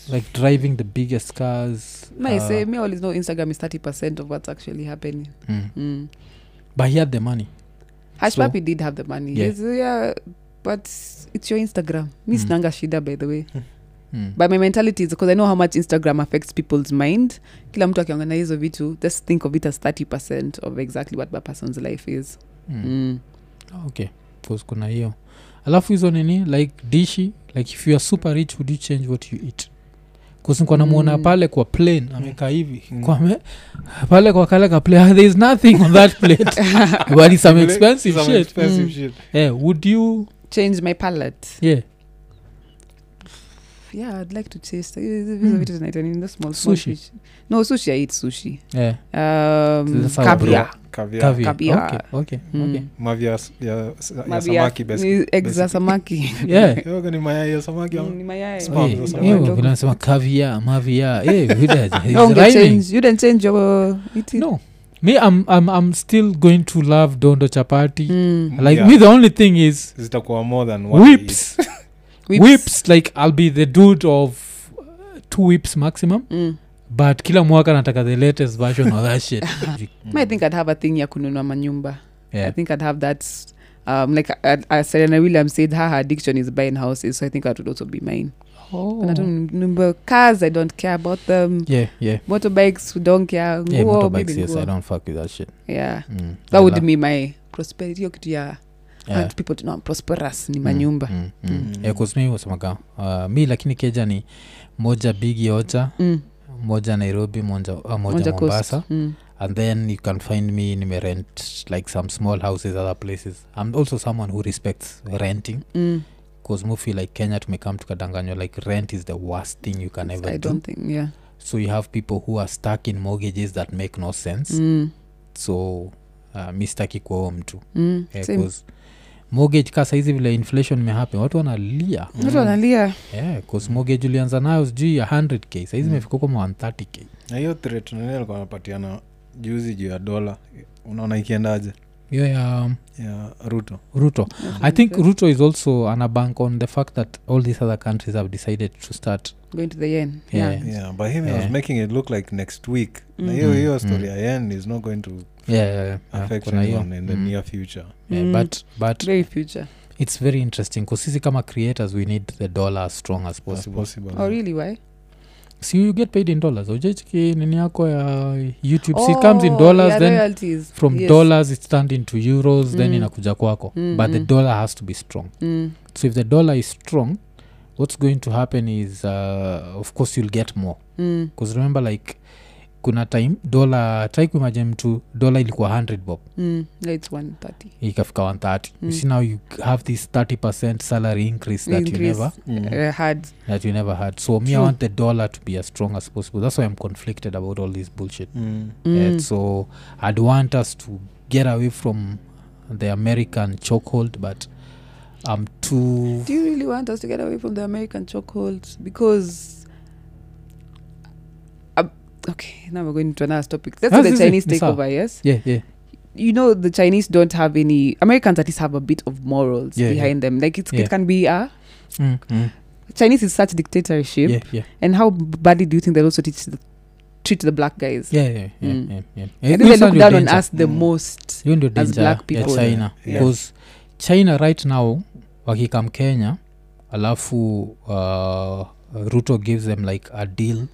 Speaker 1: like driving the biggest cars
Speaker 3: My
Speaker 1: uh,
Speaker 3: say, me always know Instagram is 30% of what's actually happening.
Speaker 1: mm.
Speaker 3: Mm.
Speaker 1: but he had the money
Speaker 3: Hash
Speaker 1: So-
Speaker 3: Papi did have the money.
Speaker 1: Yeah.
Speaker 3: Yes, yeah, but it's your Instagram. Me
Speaker 1: Mm.
Speaker 3: sinanga shida, by the way.
Speaker 1: mm.
Speaker 3: But my mentality is because I know how much Instagram affects people's mind. Kila mtu akiongea na hizo vitu, just think of it as 30% of exactly what that person's life is.
Speaker 1: mm.
Speaker 3: Mm.
Speaker 1: okay cause kuna hiyo alafu hizo nini like dishi like if you are super rich would you change what you eat kusinkwa namuona
Speaker 3: Mm.
Speaker 1: pale kwa plane amekaa hivi
Speaker 2: Mm.
Speaker 1: kwa me, pale kwa kale ka plane there is nothing on that plate
Speaker 3: Hmm.
Speaker 1: but it's some expensive
Speaker 2: Some
Speaker 1: shit
Speaker 2: expensive
Speaker 3: Mm.
Speaker 2: shit.
Speaker 1: yeah, would you
Speaker 3: Change my palate.
Speaker 1: yeah
Speaker 3: Yeah, I'd like to taste hizo vizo
Speaker 1: Mm.
Speaker 3: vitu zinaitwa nini? Those small small
Speaker 1: Sushi.
Speaker 3: fish. No, sushi, I eat sushi.
Speaker 1: yeah
Speaker 3: Um,
Speaker 1: Sasa
Speaker 3: caviar.
Speaker 2: Caviar.
Speaker 1: Eh, caviar.
Speaker 3: Caviar.
Speaker 1: okay okay okay
Speaker 3: Mm.
Speaker 2: Mavi ya s- ya s- ya
Speaker 3: Maybe
Speaker 2: samaki
Speaker 3: ya-
Speaker 2: basi.
Speaker 3: ni- eggs za
Speaker 2: basically.
Speaker 3: samaki
Speaker 1: yeah
Speaker 2: Yoga ni mayai ya samaki ama-
Speaker 3: Mm, Ni mayai.
Speaker 2: Spam,
Speaker 1: Eh,
Speaker 2: sasa.
Speaker 1: eh,
Speaker 2: Ndogo.
Speaker 1: vile anasema kavia mavia Eh,
Speaker 3: No, unge change- you didn't change your uh, eating.
Speaker 1: no me I'm, I'm, i'm still going to love dondo chapati
Speaker 3: Mm.
Speaker 1: like
Speaker 2: Yeah.
Speaker 1: me the only thing is
Speaker 2: zitakuwa more than what we eat.
Speaker 1: whips. whips like i'll be the dude of uh, two whips maximum
Speaker 3: Mm.
Speaker 1: but kila mwaka nataka the latest version of that shit
Speaker 2: Mm.
Speaker 3: i think i'd have a thing ya kununua manyumba i
Speaker 1: yeah.
Speaker 3: think i'd have that um, like uh, uh, serena williams said her, her addiction is buying houses so i think that would also be mine
Speaker 1: Oh.
Speaker 3: And I don't number cars i don't care about them
Speaker 1: yeah yeah
Speaker 3: motorbikes we don't care
Speaker 1: yeah
Speaker 3: Nguo,
Speaker 1: motorbikes
Speaker 3: maybe
Speaker 1: yes
Speaker 3: nguo.
Speaker 1: i don't fuck with that shit
Speaker 3: yeah
Speaker 1: mm.
Speaker 3: that
Speaker 1: I
Speaker 3: would
Speaker 1: love-
Speaker 3: be my prosperity hiyo kitu ya
Speaker 1: yeah.
Speaker 3: want people to know I'm prosperous ni
Speaker 1: Mm,
Speaker 3: manyumba
Speaker 1: mm, mm.
Speaker 2: Mm.
Speaker 1: Yeah, 'cause mi wasemaga uh, mi lakini keja ni moja big yocha
Speaker 3: Mm,
Speaker 1: moja nairobi moja, uh, moja
Speaker 3: moja coast.
Speaker 1: mombasa
Speaker 3: Mm.
Speaker 1: and then you can find me nimerent like some small houses other places i'm also someone who respects renting
Speaker 3: Mm.
Speaker 1: bcause mufi like kenya tumekam tukadanganywa like rent is the worst thing you can
Speaker 3: i
Speaker 1: ever do
Speaker 3: don't think yeah
Speaker 1: so you have people who are stuck in mortgages that make no sense
Speaker 3: mm.
Speaker 1: so uh, mi staki kuwao mtu
Speaker 3: Mm.
Speaker 1: Eh,
Speaker 3: Same.
Speaker 1: 'cause mortgage ka saizi vile inflation imehappen watu wanalia
Speaker 3: watu wanalia
Speaker 1: yeah, cause
Speaker 3: Mm.
Speaker 1: mortgage Eh, ulianza nayo sijui ya 100k saizi
Speaker 2: Mm.
Speaker 1: imefika kama 130k
Speaker 2: na hiyo threat nani alikuwa anapatiana juzi juu ya dola unaona ikiendaje
Speaker 1: hiyo ya um,
Speaker 2: ya ruto
Speaker 1: ruto i think ruto is also an a bank on the fact that all these other countries have decided to start
Speaker 3: going to the yen
Speaker 1: Yeah.
Speaker 3: yeah.
Speaker 2: yeah, but him
Speaker 1: Yeah.
Speaker 2: was making it look like next week na
Speaker 3: Mm.
Speaker 2: hiyo hiyo
Speaker 1: Mm,
Speaker 2: story
Speaker 1: mm.
Speaker 2: ya yen is not going to
Speaker 1: yeah, yeah, yeah, yeah,
Speaker 2: affect
Speaker 1: kuna hiyo.
Speaker 2: anyone in the
Speaker 1: Mm.
Speaker 2: near future
Speaker 1: Yeah,
Speaker 3: Mm.
Speaker 1: but but
Speaker 3: very future
Speaker 1: it's very interesting because sisi kama creators we need the dollar as strong as
Speaker 2: as
Speaker 1: possible
Speaker 2: possible
Speaker 3: oh really why
Speaker 1: see you get paid in dollars ujechiki nini yako ya youtube see it
Speaker 3: oh,
Speaker 1: comes in dollars
Speaker 3: yeah,
Speaker 1: then
Speaker 3: royalties.
Speaker 1: from
Speaker 3: Yes.
Speaker 1: dollars it's turned into euros then
Speaker 3: Mm.
Speaker 1: inakuja kwako
Speaker 3: Mm,
Speaker 1: but the
Speaker 3: mm.
Speaker 1: dollar has to be strong
Speaker 3: mm.
Speaker 1: so if the dollar is strong what's going to happen is uh, of course you'll get more
Speaker 3: Mm.
Speaker 1: bcause remember like kuna time dola try kuimaje mtu dola ilikuwa 100 bob
Speaker 3: Mm. Yeah, it's 130
Speaker 1: ikafika 130 you
Speaker 3: Mm.
Speaker 1: see now you have this 30 salary increase that you
Speaker 3: Increase.
Speaker 1: never
Speaker 2: Mm.
Speaker 3: uh, had
Speaker 1: that you never had so me i
Speaker 3: True.
Speaker 1: want the dollar to be as strong as possible that's why i'm conflicted about all this bullshit
Speaker 2: Mm.
Speaker 1: Eh,
Speaker 3: mm.
Speaker 1: so i'd want us to get away from the american chokehold but i'm too
Speaker 3: do you really want us to get away from the american chokehold because uh, okay now we're going to another topic that's how
Speaker 1: Yes,
Speaker 3: the
Speaker 1: yes, yes,
Speaker 3: chinese
Speaker 1: yes,
Speaker 3: take
Speaker 1: sir.
Speaker 3: over yes
Speaker 1: yeah yeah
Speaker 3: you know the chinese don't have any americans at least have a bit of morals
Speaker 1: Yeah, yeah.
Speaker 3: behind them like it's,
Speaker 1: Yeah.
Speaker 3: it can be a
Speaker 1: mm, mm,
Speaker 3: chinese is such dictatorship
Speaker 1: yeah yeah
Speaker 3: and how badly do you think they also teach the, treat the black guys
Speaker 1: yeah yeah yeah
Speaker 3: Mm.
Speaker 1: yeah, yeah.
Speaker 3: I think they
Speaker 1: Those are
Speaker 3: look
Speaker 1: your
Speaker 3: down on
Speaker 1: danger.
Speaker 3: us the
Speaker 2: Mm.
Speaker 3: most
Speaker 1: hiyo ndio
Speaker 3: as
Speaker 1: danger
Speaker 3: black
Speaker 1: ya
Speaker 3: people.
Speaker 1: china
Speaker 2: Yeah.
Speaker 1: because china right now wakikam kenya alafu uh, ruto gives them like a deal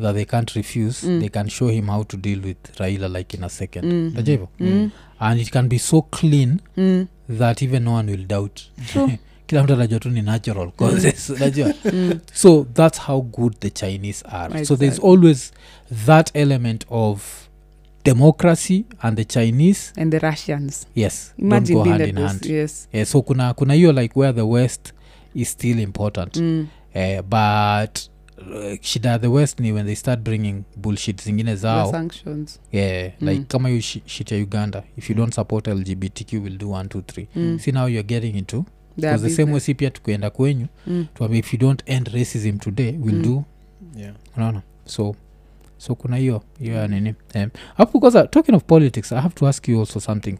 Speaker 1: that they can't refuse
Speaker 3: Mm.
Speaker 1: they can show him how to deal with raila like in a second
Speaker 3: Mm.
Speaker 1: Tajua hivyo?
Speaker 3: Mm.
Speaker 1: and it can be so clean
Speaker 3: Mm.
Speaker 1: that even no one will doubt
Speaker 3: True.
Speaker 1: kila mtu anajua tu ni natural causes unajua
Speaker 3: Mm.
Speaker 1: so that's how good the chinese are so there's
Speaker 3: Exactly.
Speaker 1: always that element of democracy and the chinese
Speaker 3: and the russians
Speaker 1: yes don't
Speaker 3: imagine
Speaker 1: go
Speaker 3: being
Speaker 1: hand
Speaker 3: like
Speaker 1: in
Speaker 3: those
Speaker 1: hand.
Speaker 3: yes
Speaker 1: Yeah, so kuna kuna hiyo like where the west is still important
Speaker 3: mm.
Speaker 1: eh, but uh, shida ya the west ni when they start bringing bullshit zingine
Speaker 3: the
Speaker 1: zao
Speaker 3: sanctions
Speaker 1: yeah, like
Speaker 3: Mm.
Speaker 1: kama hiyo shi- shit ya uganda if you don't support lgbtq will do one two three
Speaker 3: Mm.
Speaker 1: see now youare getting into
Speaker 3: Their
Speaker 1: because the same way
Speaker 3: business.
Speaker 1: si pia tukienda kwenyu
Speaker 3: Mm.
Speaker 1: tuambia if you don't end racism today will
Speaker 3: Mm.
Speaker 1: do
Speaker 2: yeah
Speaker 1: unaona so so kuna hiyo hiyo ya nini Em, hapo kwanza talking of politics i have to ask you also something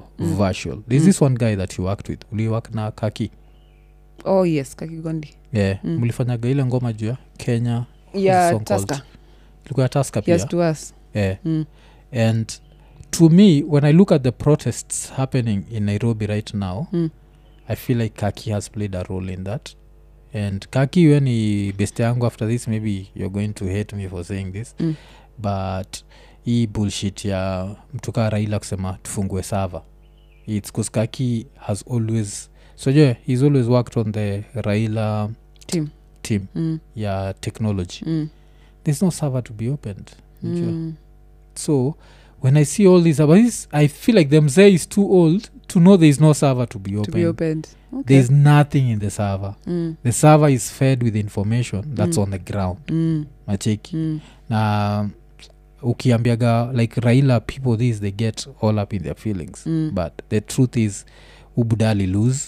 Speaker 1: controversial mm. there's
Speaker 3: Mm.
Speaker 1: this one guy that you worked with uliwork na kaki
Speaker 3: oh yes kakigondi
Speaker 1: yeah
Speaker 3: Mm.
Speaker 1: mlifanyaga ile ngoma juu ya kenya
Speaker 3: yeah
Speaker 1: song called-
Speaker 3: Tusker.
Speaker 1: ilikuwa ya taska pia Eh.
Speaker 3: yes to us
Speaker 1: yeah.
Speaker 3: Mm.
Speaker 1: and to me when i look at the protests happening in nairobi right now
Speaker 3: Mm.
Speaker 1: i feel like kaki has played a role in that and kaki we ni best yangu after this maybe you're going to hate me for saying this
Speaker 3: Mm.
Speaker 1: but hii bullshit ya mtukaa raila kusema tufungue sava its cause kaki has always so yeah, he's always worked on the raila
Speaker 3: Team.
Speaker 1: team
Speaker 3: mm.
Speaker 1: ya technology
Speaker 3: Mm.
Speaker 1: there's no server to be opened Unajua?
Speaker 3: Mm.
Speaker 1: so when i see all these abas i feel like the mzee is too old to know there is no server to be
Speaker 3: to
Speaker 1: open,
Speaker 3: be opened okay.
Speaker 1: there is nothing in the server
Speaker 3: mm.
Speaker 1: the server is fed with information that's
Speaker 3: Mm.
Speaker 1: on the ground
Speaker 3: Mm.
Speaker 1: macheki
Speaker 3: Mm.
Speaker 1: na ukiambiaga like raila people this they get all up in their feelings
Speaker 3: Mm.
Speaker 1: but the truth is ubudali lose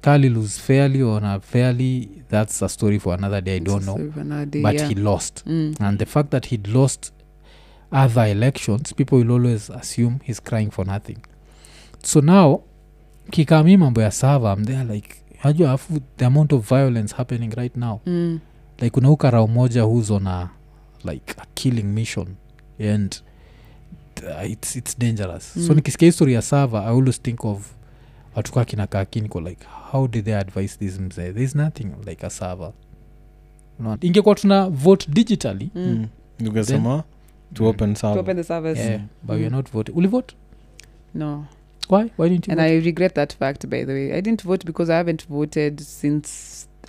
Speaker 1: kali lose fairly or not fairly that's a story for another day i
Speaker 3: It's
Speaker 1: don't
Speaker 3: a
Speaker 1: know
Speaker 3: story for another day,
Speaker 1: but
Speaker 3: yeah.
Speaker 1: he lost
Speaker 3: mm.
Speaker 1: and the fact that he'd lost other elections people will always assume he's crying for nothing so now kikami mambo ya sava am there like najua afu the amount of violence happening right now
Speaker 3: Mm.
Speaker 1: like kuna ukarao moja who's on a like a killing mission and uh, it's, it's dangerous so
Speaker 3: Mm.
Speaker 1: nikisikia history ya sava i always think of watukaa kinakakiniko like how did they advise this mzee there's nothing like a sava ingekuwa tuna vote digitally
Speaker 3: Mm.
Speaker 2: ukasema to open
Speaker 3: to
Speaker 2: server.
Speaker 3: open the service
Speaker 1: yeah, but we're
Speaker 3: Mm.
Speaker 1: not voting. Will you vote?
Speaker 3: no
Speaker 1: Why? Why didn't you
Speaker 3: and
Speaker 1: vote?
Speaker 3: i regret that fact by the way i didn't vote because i haven't voted since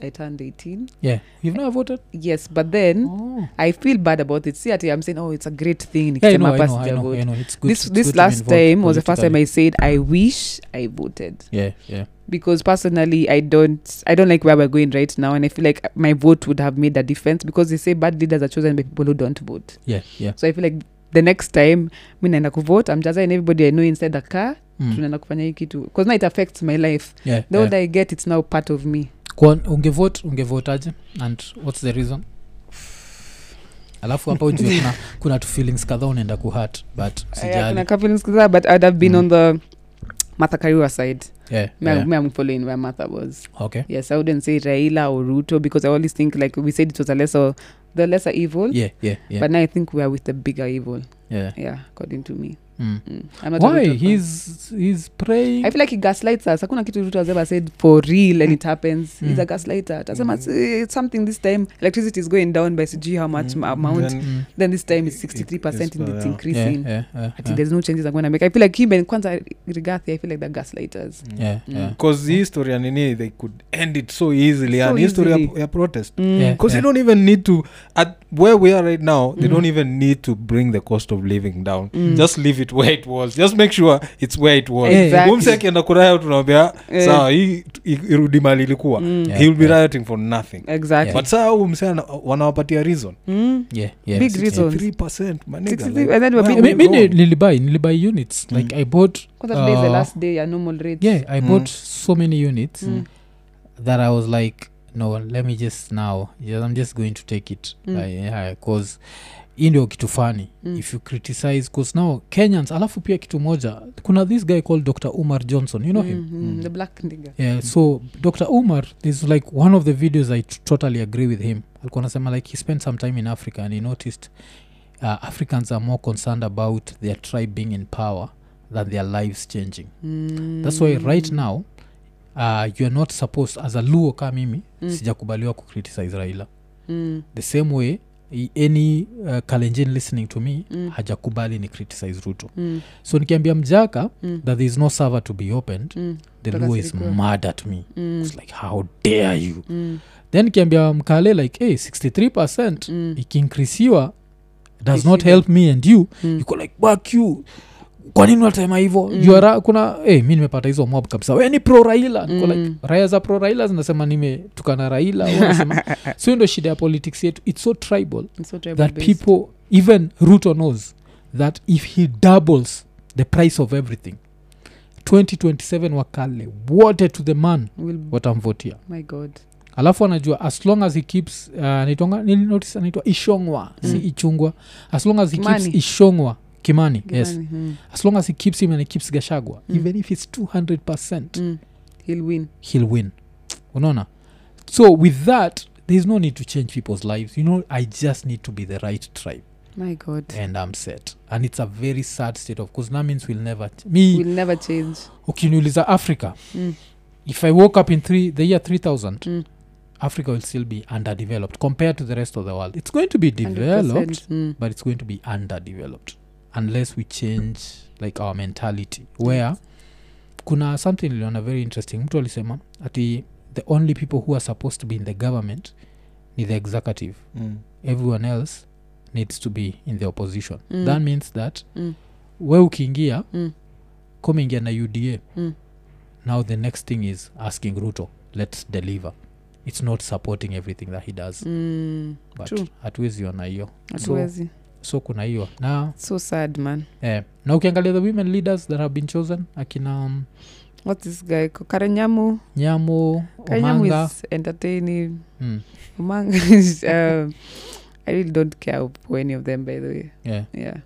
Speaker 3: i turned 18
Speaker 1: yeah, you've never voted.
Speaker 3: yes but then
Speaker 1: Oh.
Speaker 3: i feel bad about it see at i'm saying oh it's a great thing
Speaker 1: Yeah, I
Speaker 3: nikisema
Speaker 1: know, I
Speaker 3: hapa
Speaker 1: know, I know,
Speaker 3: sijavote.
Speaker 1: I know. It's good.
Speaker 3: this
Speaker 1: it's
Speaker 3: this
Speaker 1: good to be
Speaker 3: last
Speaker 1: involved
Speaker 3: time was the first time i
Speaker 1: politically.
Speaker 3: said i wish i voted
Speaker 1: Yeah, yeah.
Speaker 3: because personally i don't i don't like where we're going right now and i feel like my vote would have made a difference because they say bad leaders are chosen by people who don't vote
Speaker 1: Yeah, yeah.
Speaker 3: so i feel like the next time mi naenda kuvote i'm just everybody i know inside the car
Speaker 1: Mm.
Speaker 3: tunaenda kufanya hii kitu because now it affects my life
Speaker 1: Yeah.
Speaker 3: the older
Speaker 1: yeah.
Speaker 3: i get it's now part of me
Speaker 1: Kwa ungevote ungevotaje and what's the reason? alafu hapa ujue kuna, kuna tu feelings kadhaa unaenda kuhat but
Speaker 3: Yeah, kuna
Speaker 1: sijali
Speaker 3: couple things kadhaa, but i'd have been
Speaker 1: Mm.
Speaker 3: on the martha karua side
Speaker 1: yeah,
Speaker 3: Me-
Speaker 1: yeah.
Speaker 3: me i'm following where martha was
Speaker 1: okay
Speaker 3: yes i wouldn't say raila or ruto because i always think like we said it was a lesser the lesser evil
Speaker 1: yeah, yeah, yeah,
Speaker 3: but now i think we are with the bigger evil
Speaker 1: yeah.
Speaker 3: yeah according to me
Speaker 1: Mm.
Speaker 3: mm. I'm not a
Speaker 1: why
Speaker 3: Ruto fan.
Speaker 1: he's he's praying
Speaker 3: i feel like he gaslights us hakuna kitu ruto has ever said for real and it happens he's a
Speaker 1: Mm.
Speaker 3: gaslighter atasema "See, it's something this time electricity is going down by cg how much ma- amount
Speaker 2: Then-
Speaker 1: Mm.
Speaker 3: then this time it's
Speaker 2: It-
Speaker 3: 63
Speaker 2: it's
Speaker 3: percent and
Speaker 2: further out.
Speaker 3: it's
Speaker 1: yeah,
Speaker 3: increasing
Speaker 1: yeah, yeah,
Speaker 3: I think
Speaker 1: yeah.
Speaker 3: there's no changes i'm going to make i feel like him and kwanza rigathi i feel like the gaslighters
Speaker 1: yeah,
Speaker 3: Mm.
Speaker 1: yeah.
Speaker 2: because hii story ya nini they could end it so easily
Speaker 3: So
Speaker 2: and hii story ya,
Speaker 3: easily.
Speaker 2: ya protest
Speaker 3: Mm.
Speaker 1: Yeah.
Speaker 2: because they don't even need to at where we are right now they
Speaker 3: Mm.
Speaker 2: don't even need to bring the cost of living down
Speaker 3: Mm.
Speaker 2: just leave it where it was just make sure it's where it was
Speaker 3: Exactly.
Speaker 2: umse akienda kuraya tunawambia
Speaker 3: Eh.
Speaker 2: sawa hii i- irudi mali ilikuwa
Speaker 3: Mm.
Speaker 1: Yeah,
Speaker 2: he will be
Speaker 1: yeah.
Speaker 2: rioting for nothing
Speaker 3: exactly
Speaker 2: but saa huu mse ana- wanawapatia reason
Speaker 3: Mm.
Speaker 1: yeah, yeah.
Speaker 3: Big
Speaker 1: 68.
Speaker 3: reason.
Speaker 2: 3% my nigga,
Speaker 3: 63
Speaker 2: like,
Speaker 3: and then we're
Speaker 2: where
Speaker 1: Mi-
Speaker 3: being-
Speaker 2: we
Speaker 1: mi- mi
Speaker 2: going?
Speaker 1: nilibuy nilibuy units
Speaker 3: Mm.
Speaker 1: like i bought
Speaker 3: kwanza today is the
Speaker 1: uh,
Speaker 3: last day ya normal rates
Speaker 1: yeah i
Speaker 2: Mm.
Speaker 1: bought so many units
Speaker 3: Mm.
Speaker 1: that i was like no let me just now yeah, i'm just going to take it
Speaker 3: Mm.
Speaker 1: because hii ndio kitu fani
Speaker 3: Mm.
Speaker 1: if you criticize cause now kenyans alafu pia kitu moja kuna this guy called dr umar johnson you know him
Speaker 3: Mm, mm,
Speaker 2: Mm.
Speaker 3: the black nigger.
Speaker 1: yeah so dr umar is like one of the videos i t- totally agree with him alikuwa anasema like he spent some time in africa and he noticed uh, africans are more concerned about their tribe being in power than their lives changing
Speaker 3: Mm.
Speaker 1: that's why right now uh, youare not supposed as a luo ka mimi
Speaker 3: Mm.
Speaker 1: mm. sijakubaliwa kucriticize raila
Speaker 3: Mm,
Speaker 1: the same way i- any uh, kalenjin listening to me
Speaker 3: Mm.
Speaker 1: mm. hajakubali ni criticize ruto
Speaker 3: mm,
Speaker 1: so nikiambia mjaka
Speaker 3: Mm.
Speaker 1: mm. that there is no server to be opened
Speaker 3: mm,
Speaker 1: the
Speaker 3: Mpaka
Speaker 1: luo is
Speaker 3: silikuwa.
Speaker 1: mad at me
Speaker 3: mm,
Speaker 1: It's like how dare you
Speaker 3: mm,
Speaker 1: then kiambia mkale like hey, 63 percent
Speaker 3: mm.
Speaker 1: ikiinkrisiwa does
Speaker 3: If
Speaker 1: not
Speaker 3: you-
Speaker 1: help me and you
Speaker 3: Mm.
Speaker 1: iko like bak you kwa nini unasema hivo
Speaker 3: Mm.
Speaker 1: You are a- kuna eh, mi nimepata hizo mob kabisa we ni pro raila Niko like
Speaker 3: Mm.
Speaker 1: raya za pro raila zinasema nimetukana raila wanasema so hiyo ndo shida ya politics yetu its so tribal
Speaker 3: It's so tribal
Speaker 1: that
Speaker 3: based.
Speaker 1: people even ruto knows that if he doubles the price of everything 2027 wakale wote to the man
Speaker 3: will
Speaker 1: watamvotia
Speaker 3: my god
Speaker 1: alafu anajua as long as he keeps uh, anaitwanga- nilinotice anaitwa ishongwa mm. si
Speaker 3: Mm.
Speaker 1: ichungwa as long as he keeps
Speaker 3: Kimani.
Speaker 1: ishongwa kimani, yes
Speaker 3: Gimani, mm,
Speaker 1: as long as he keeps him and he keeps gashagwa
Speaker 3: Mm.
Speaker 1: even if it's 200%
Speaker 3: mm. he'll win
Speaker 1: he'll win unaona so with that there's no need to change people's lives you know i just need to be the right tribe
Speaker 3: my god
Speaker 1: and i'm set and it's a very sad state of course that means we'll never me
Speaker 3: will never change
Speaker 1: ukiniuliza africa
Speaker 3: Mm.
Speaker 1: if i woke up in three, the year 3000
Speaker 3: Mm.
Speaker 1: africa will still be underdeveloped compared to the rest of the world it's going to be
Speaker 3: 100%.
Speaker 1: developed
Speaker 3: Mm.
Speaker 1: but it's going to be underdeveloped unless we change like our mentality where kuna something iliona very interesting mtu alisema ati the only people who are supposed to be in the government ni the executive
Speaker 2: Mm.
Speaker 1: everyone else needs to be in the opposition
Speaker 3: Mm.
Speaker 1: that means that
Speaker 3: Mm.
Speaker 1: we ukiingia
Speaker 3: Mm.
Speaker 1: komeingia na uda
Speaker 3: Mm.
Speaker 1: now the next thing is asking ruto let's deliver it's not supporting everything that he does
Speaker 3: Mm. true.
Speaker 1: but hatuwezi ona hiyo
Speaker 3: hatuwezi
Speaker 1: so kuna hiyo na
Speaker 3: so sad man
Speaker 1: eh, na ukiangalia the women leaders that have been chosen akina um,
Speaker 3: what's this guy called? karenyamu
Speaker 1: nyamo
Speaker 3: karenyamu
Speaker 1: omanga
Speaker 3: is entertaining
Speaker 1: mm,
Speaker 3: Omanga is, um, i really don't care for any of them by the way
Speaker 1: yeah.
Speaker 3: yeah i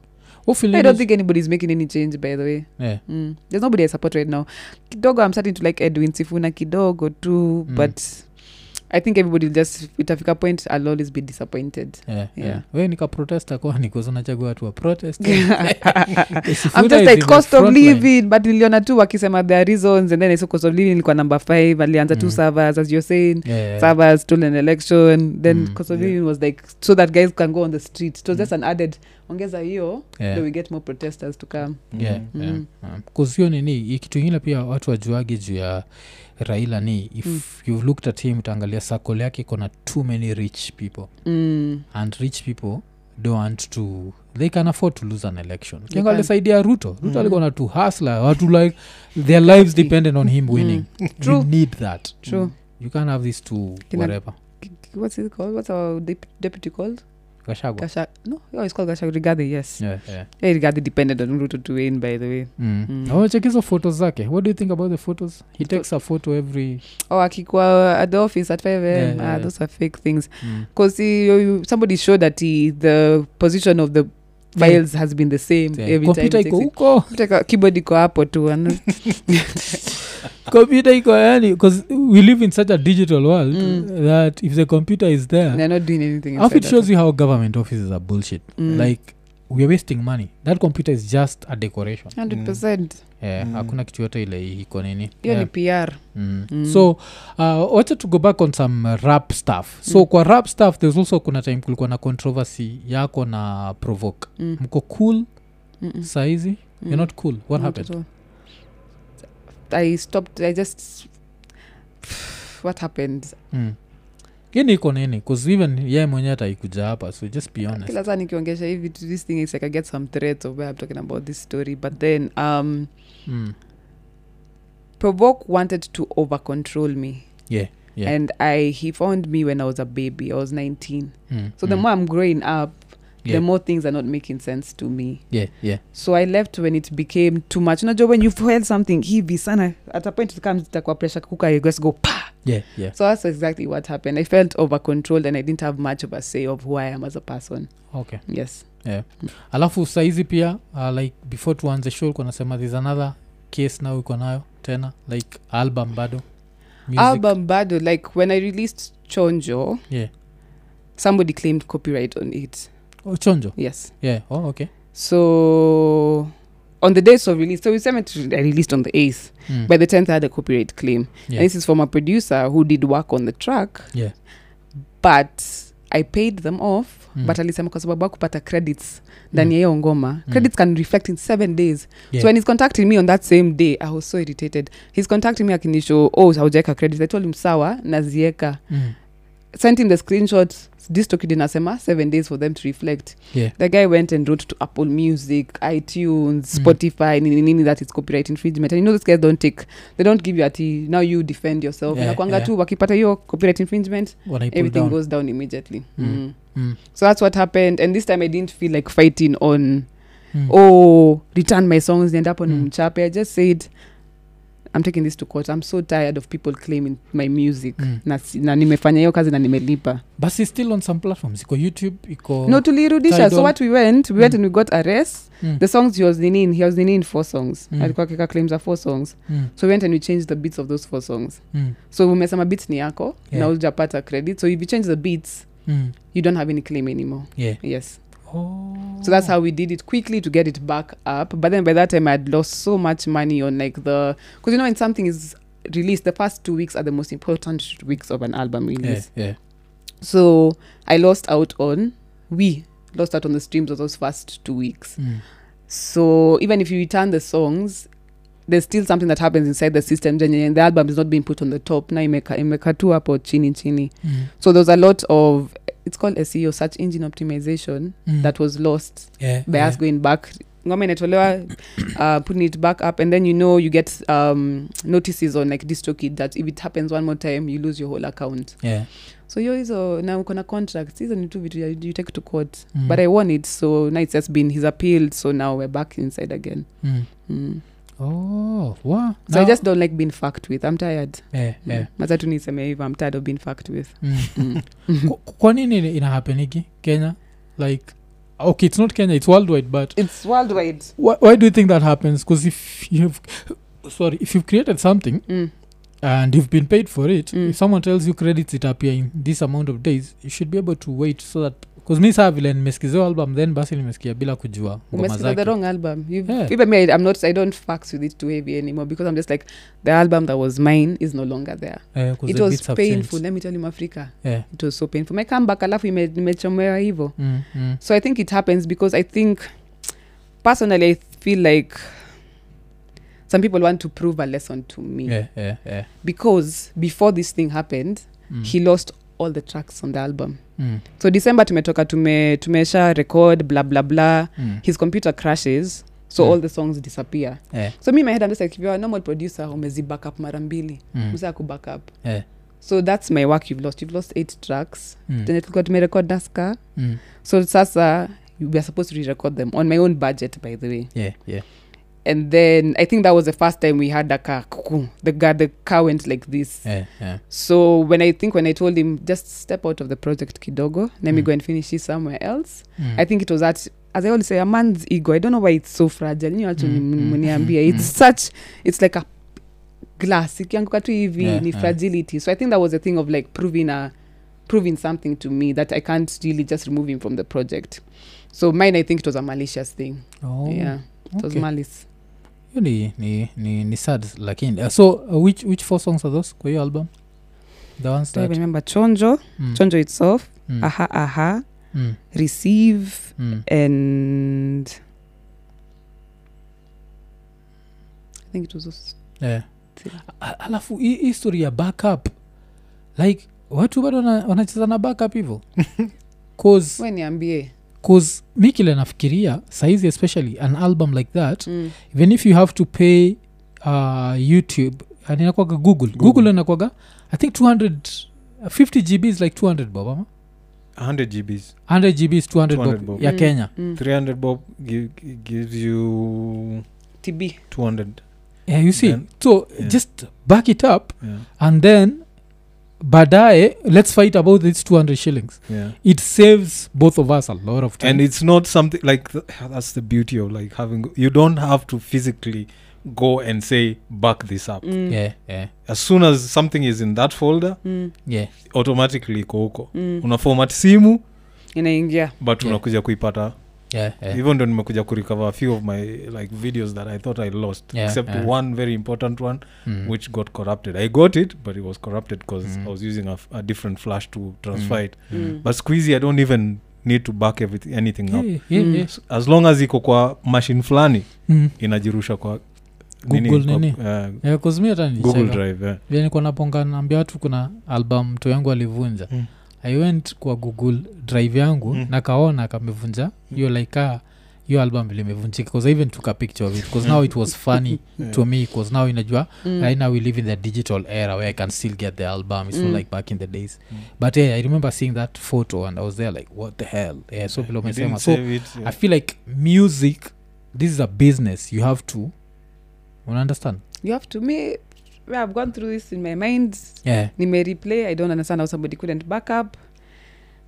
Speaker 1: Ofilini-
Speaker 3: don't think anybody's making any change by the way
Speaker 1: eh,
Speaker 3: mm. there's nobody i support right now kidogo i'm starting to like edwin sifuna kidogo too
Speaker 1: Mm.
Speaker 3: but i think everybody will just itafika point i'll always be disappointed
Speaker 1: eh, eh.
Speaker 3: Yeah.
Speaker 1: we nikaprotesta kwani kuzanachagua watu wa protest
Speaker 3: I'm just like cost of living but niliona tu wakisema their reasons and then I saw cost of living ilikuwa number five alianza two
Speaker 1: Mm.
Speaker 3: servers as you're saying servers stole an election then
Speaker 1: Mm,
Speaker 3: cost of
Speaker 2: yeah.
Speaker 3: living was like so that guys can go on the street it was just an added ongeza hiyo then we get more protesters to come Mm.
Speaker 1: kuzio nini hii kitu ingine pia watu wajuage juu ya raila ni if
Speaker 3: Mm.
Speaker 1: you've looked at him utaangalia sakol yake ikona too many rich people
Speaker 3: mm.
Speaker 1: and rich people don't want to they can afford to lose an election
Speaker 3: They
Speaker 1: kinga
Speaker 3: can.
Speaker 1: alisaidia ruto ruto
Speaker 2: Mm.
Speaker 1: alikuwa na tu hasla watu like their lives dependent on him winning
Speaker 3: Mm. True.
Speaker 1: you need that
Speaker 3: true
Speaker 1: you can't have this two
Speaker 3: Kina-
Speaker 1: whatever
Speaker 3: K- k- what's it called what's our dep- deputy called
Speaker 1: kashagwa
Speaker 3: gasha no he always called gasha rigade yes
Speaker 1: yeah, yeah.
Speaker 3: yeah. rigade depended on ruto to win by the way
Speaker 1: mm.
Speaker 3: Mm.
Speaker 1: mm. check hizo photos zake what do you think about the photos he takes a photo every
Speaker 3: oh akikuwa at the office at 5 am
Speaker 1: Yeah,
Speaker 3: yeah,
Speaker 1: yeah, yeah.
Speaker 3: Ah, those are fake things
Speaker 1: mm.
Speaker 3: because somebody showed that he, the position of the files has been the same
Speaker 1: Yeah.
Speaker 3: every time
Speaker 1: Computer
Speaker 3: he
Speaker 1: iko
Speaker 3: takes it.
Speaker 1: huko
Speaker 3: Computer keyboard iko hapo tu and-
Speaker 1: computer iko yani 'cause we live in such a digital world
Speaker 3: Mm.
Speaker 1: that if the computer is there
Speaker 3: they're not doing anything
Speaker 1: half it
Speaker 3: inside
Speaker 1: shows
Speaker 3: that.
Speaker 1: you how government offices are bullshit
Speaker 3: Mm.
Speaker 1: like weare wasting money that computer is just a decoration
Speaker 3: 100%
Speaker 1: yeah,
Speaker 2: Mm.
Speaker 1: hakuna kitu yote ile iko nini
Speaker 3: hiyo
Speaker 1: yeah.
Speaker 3: ni pr
Speaker 1: mm.
Speaker 3: Mm.
Speaker 1: so uh, wacha to go back on some uh, rap stuff so
Speaker 3: Mm.
Speaker 1: kwa rap stuff there's also kuna time kulikuwa na controversy yako na provoke
Speaker 3: Mm,
Speaker 1: mko cool
Speaker 3: mm, mm,
Speaker 1: saizi
Speaker 3: mm.
Speaker 1: you're not cool what
Speaker 3: Not
Speaker 1: happened
Speaker 3: at all. i stopped i just what happened
Speaker 1: mm. ini iko nini 'Cause even yeye mwenyewe ataikuja hapa so just be honest
Speaker 3: kila saa nikiongesha hivi to this thing is like i get some threats of where i'm talking about this story but then um
Speaker 1: mm.
Speaker 3: provoke wanted to over control me
Speaker 1: yeah Yeah.
Speaker 3: and i he found me when i was a baby i was 19
Speaker 1: Mm.
Speaker 3: so the
Speaker 1: mm.
Speaker 3: more i'm growing up
Speaker 1: Yeah.
Speaker 3: the more things are not making sense to me
Speaker 1: yeah yeah
Speaker 3: so i left when it became too much unajua when you've held something hivi sana at a point it comes itakuwa pressure kuka you just go pa
Speaker 1: yeah yeah
Speaker 3: so that's exactly what happened i felt over controlled and i didn't have much of a say of who i am as a person
Speaker 1: okay
Speaker 3: yes
Speaker 1: alafu saizi pia uh, like before tuanze show ulikuwa nasema there's another case now iko nayo tena like album bado Music.
Speaker 3: album bado like when i released chonjo
Speaker 1: Yeah.
Speaker 3: somebody claimed copyright on it
Speaker 1: oh, chonjo
Speaker 3: yes
Speaker 1: yeah oh, okay
Speaker 3: so on the dates of release so we said i released on the 8th
Speaker 1: mm.
Speaker 3: by the 10th i had a copyright claim
Speaker 1: yeah.
Speaker 3: and this is from a producer who did work on the track
Speaker 1: Yeah.
Speaker 3: but i paid them off
Speaker 1: Mm.
Speaker 3: but alisema kwa sababu akupata credits
Speaker 1: Mm.
Speaker 3: ndani ya hiyo ngoma
Speaker 1: Mm.
Speaker 3: credits can reflect in seven days
Speaker 1: Yeah.
Speaker 3: so when he's contacting me on that same day i was so irritated he's contacting me akinisho oh haujaweka credits i told him sawa nazieka
Speaker 1: mm.
Speaker 3: sent him the screenshots this tokid inasema seven days for them to reflect
Speaker 1: Yeah.
Speaker 3: the guy went and wrote to apple music itunes
Speaker 1: Mm.
Speaker 3: spotify nini nini that is copyright infringement and you know those guys don't take they don't give you ati now you defend yourself
Speaker 1: Yeah,
Speaker 3: nakwanga
Speaker 1: yeah.
Speaker 3: tu wakipata hiyo copyright infringement
Speaker 1: Wanai pull
Speaker 3: everything
Speaker 1: down.
Speaker 3: goes down immediately
Speaker 1: Mm.
Speaker 3: Mm.
Speaker 1: Mm,
Speaker 3: so that's what happened and this time i didn't feel like fighting on
Speaker 1: mm.
Speaker 3: oh return my songs end up on
Speaker 1: Mm.
Speaker 3: mchape i just said i'm taking this to court i'm so tired of people claiming my music
Speaker 1: Mm.
Speaker 3: na, si- na nimefanya hiyo kazi na nimelipa
Speaker 1: but it's still on some platforms iko youtube iko
Speaker 3: no tulirudisha so
Speaker 1: Tidal.
Speaker 3: what we went we went
Speaker 1: Mm.
Speaker 3: and we got arrest
Speaker 1: Mm,
Speaker 3: the songs he was ninin he was ninin four songs
Speaker 1: Mm.
Speaker 3: alikuwa akika claims are four songs
Speaker 1: mm,
Speaker 3: so we went and we changed the beats of those four songs
Speaker 1: mm,
Speaker 3: so umesema beats ni yako
Speaker 1: Yeah.
Speaker 3: na ujapata credit so if you change the beats
Speaker 1: mm.
Speaker 3: you don't have any claim anymore
Speaker 1: yeah
Speaker 3: yes
Speaker 1: oh.
Speaker 3: So that's how we did it quickly to get it back up. But then by that time, I'd lost so much money on like the because you know when something is released, the first two weeks are the most important weeks of an album
Speaker 1: yeah,
Speaker 3: release.
Speaker 1: yeah.
Speaker 3: So I lost out on we lost out on the streams of those first two weeks.
Speaker 1: Mm.
Speaker 3: So even if you return the songs. There's still something that happens inside the system, Jenye, and the album is not being put on the top. Now you make a, make a two up or chini chini.
Speaker 1: Mm.
Speaker 3: So there's a lot of it's called SEO, search engine optimization,
Speaker 1: Mm.
Speaker 3: that was lost
Speaker 1: yeah,
Speaker 3: by us
Speaker 1: yeah.
Speaker 3: going back ngoma inatolewa uh, putting it back up and then you know you get um, notices on like distokid that if it happens one more time you lose your whole account
Speaker 1: yeah.
Speaker 3: so hiyo hizo na uko na contracts hizo ni tu vitu ya- you take to court
Speaker 1: Mm.
Speaker 3: but i won it so now it's just been his appeal so now we're back inside again
Speaker 1: mm.
Speaker 3: mm.
Speaker 1: oh wow
Speaker 3: so i just don't like being fucked with i'm tired Mm.
Speaker 1: yeah, yeah.
Speaker 3: maza tu niseme hivyo i'm tired of being fucked with
Speaker 1: Mm.
Speaker 3: mm.
Speaker 1: Ku- kwa nini inahapeniki kenya like okay it's not kenya it's worldwide but
Speaker 3: it's worldwide
Speaker 1: why, why do you think that happens because if you've sorry if you've created something
Speaker 3: mm.
Speaker 1: and you've been paid for it
Speaker 3: Mm.
Speaker 1: if someone tells you credits it appear in this amount of days you should be able to wait so that bcause mi saa vile nimeskizia album then basi nimesikia bila kujua ngoma
Speaker 3: umesikiza the
Speaker 1: zake
Speaker 3: wrong album You've,
Speaker 1: Yeah.
Speaker 3: even me I, i'm not i don't fax with it too heavy anymore because i'm just like the album that was mine is no longer there
Speaker 1: Eh, 'cause
Speaker 3: it
Speaker 1: the
Speaker 3: was
Speaker 1: beats have changed.
Speaker 3: painful let me tell you africa
Speaker 1: Yeah.
Speaker 3: it was so painful my comeback alafu ime- imechomewa hivo
Speaker 1: Mm, mm,
Speaker 3: so i think it happens because i think personally i feel like some people want to prove a lesson to me
Speaker 1: yeah, yeah, yeah.
Speaker 3: because before this thing happened
Speaker 1: Mm,
Speaker 3: he lost all the tracks on the album
Speaker 1: mm,
Speaker 3: so december tumetoka tume, tumesha record bla bla bla
Speaker 1: mm.
Speaker 3: his computer crashes so
Speaker 1: Mm.
Speaker 3: all the songs disappear
Speaker 1: Eh,
Speaker 3: so mi in my head i'm just like if you're a normal producer umezi back up mara mbili
Speaker 1: mm,
Speaker 3: usa kuback up
Speaker 1: Eh.
Speaker 3: so that's my work you've lost you've lost eight tracks
Speaker 1: mm,
Speaker 3: tenye tulikuwa tumerecord naska
Speaker 1: mm.
Speaker 3: so sasa weare supposed to re-record them on my own budget by the way
Speaker 1: Yeah, yeah.
Speaker 3: and then i think that was the first time we had a car kuku the, car, the car went like this
Speaker 1: Eh, eh.
Speaker 3: so when i think when i told him just step out of the project kidogo let me
Speaker 1: Mm.
Speaker 3: go and finish it somewhere else
Speaker 1: Mm.
Speaker 3: i think it was that as i always say a man's ego i don't know why it's so fragile you know
Speaker 1: Mm, mm,
Speaker 3: mniambia
Speaker 1: mm,
Speaker 3: it's such it's like a glass ikianguka tu hivi
Speaker 1: Yeah,
Speaker 3: ni
Speaker 1: yeah.
Speaker 3: fragility so i think that was a thing of like proving a proving something to me that i can't really just remove him from the project so mine i think it was a malicious thing
Speaker 1: Oh,
Speaker 3: yeah it was
Speaker 1: okay.
Speaker 3: malice
Speaker 1: Hiyo ni, ni, ni, ni sad lakini uh, so uh, which, which four songs are those kwa hiyo album the ones
Speaker 3: so i
Speaker 1: that
Speaker 3: remember chonjo
Speaker 1: mm,
Speaker 3: chonjo itself
Speaker 1: mm,
Speaker 3: aha aha
Speaker 1: mm,
Speaker 3: receive
Speaker 1: mm.
Speaker 3: and i think it was those
Speaker 1: Yeah.
Speaker 3: Three.
Speaker 1: A- alafu hii hii story ya backup like watu bado wana- wanacheza na backup hivyo cause,
Speaker 3: we niambie
Speaker 1: cause mi kile nafikiria saizi especially an album like that
Speaker 3: mm.
Speaker 1: even if you have to pay uh, youtube and inakwaga google google,
Speaker 2: Google.
Speaker 1: inakwaga i think 200 50 gb is like 200 bob ama
Speaker 2: 100 gbs
Speaker 1: 100 gb is 200,
Speaker 2: 200
Speaker 1: bob,
Speaker 2: bob.
Speaker 1: ya
Speaker 3: Mm.
Speaker 1: kenya
Speaker 3: Mm.
Speaker 2: 300 bob give, gives you
Speaker 3: tb
Speaker 2: 200
Speaker 1: yeah, you see
Speaker 2: Then-
Speaker 1: so
Speaker 2: yeah.
Speaker 1: just back it up
Speaker 2: yeah,
Speaker 1: and then baadaye let's fight about this 200 shillings
Speaker 2: yeah.
Speaker 1: it saves both of us a lot of time
Speaker 2: and it's not something like th- that's the beauty of like having you don't have to physically go and say back this up
Speaker 3: mm.
Speaker 1: yeah, yeah,
Speaker 2: as soon as something is in that folder
Speaker 3: mm.
Speaker 1: yeah.
Speaker 2: automatically iko huko
Speaker 3: mm.
Speaker 2: una format simu
Speaker 3: inaingia
Speaker 2: but
Speaker 1: Yeah.
Speaker 2: unakuja kuipata
Speaker 1: Yeah, yeah.
Speaker 2: hivyo ndo nimekuja kurecover a few of my like videos that i thought i lost
Speaker 1: Yeah,
Speaker 2: except
Speaker 1: yeah.
Speaker 2: one very important one
Speaker 1: Mm.
Speaker 2: which got corrupted i got it but it was corrupted because
Speaker 1: Mm.
Speaker 2: i was using a, f- a different flash to transfer it
Speaker 3: mm.
Speaker 2: but squeezy i don't even need to back everything, anything
Speaker 1: yeah,
Speaker 2: up
Speaker 1: yeah,
Speaker 3: Mm.
Speaker 1: yeah.
Speaker 2: S- as long as iko kwa machine fulani
Speaker 1: Mm.
Speaker 2: inajirusha kwa
Speaker 1: Google
Speaker 2: kwa-
Speaker 1: nini?
Speaker 2: eh,
Speaker 1: Yeah, 'cause mi hata
Speaker 2: google
Speaker 1: nilicheka.
Speaker 2: drive eh. yeah.
Speaker 1: Vile nilikuwa naponga naambia watu kuna album mtu yangu alivunja
Speaker 2: Mm.
Speaker 1: i went kwa google drive yangu
Speaker 2: Mm.
Speaker 1: mm. nakaona kamevunja hiyo like ka hiyo album vile imevunjika bcause i even took a picture of it bcause now it was funny
Speaker 2: Mm. Yeah.
Speaker 1: to me bcause now inajua
Speaker 3: Mm.
Speaker 1: right now we live in the digital era where i can still get the album it's
Speaker 3: Mm.
Speaker 1: not like back in the days
Speaker 2: Mm.
Speaker 1: but yeah i remember seeing that photo and i was there like what the hell yeah so vile
Speaker 2: You didn't
Speaker 1: umesema so
Speaker 2: save it, yeah.
Speaker 1: i feel like music this is a business you have to una understand
Speaker 3: you have to me i've gone through this in my mind
Speaker 1: yeah
Speaker 3: nime replay i don't understand how somebody couldn't back up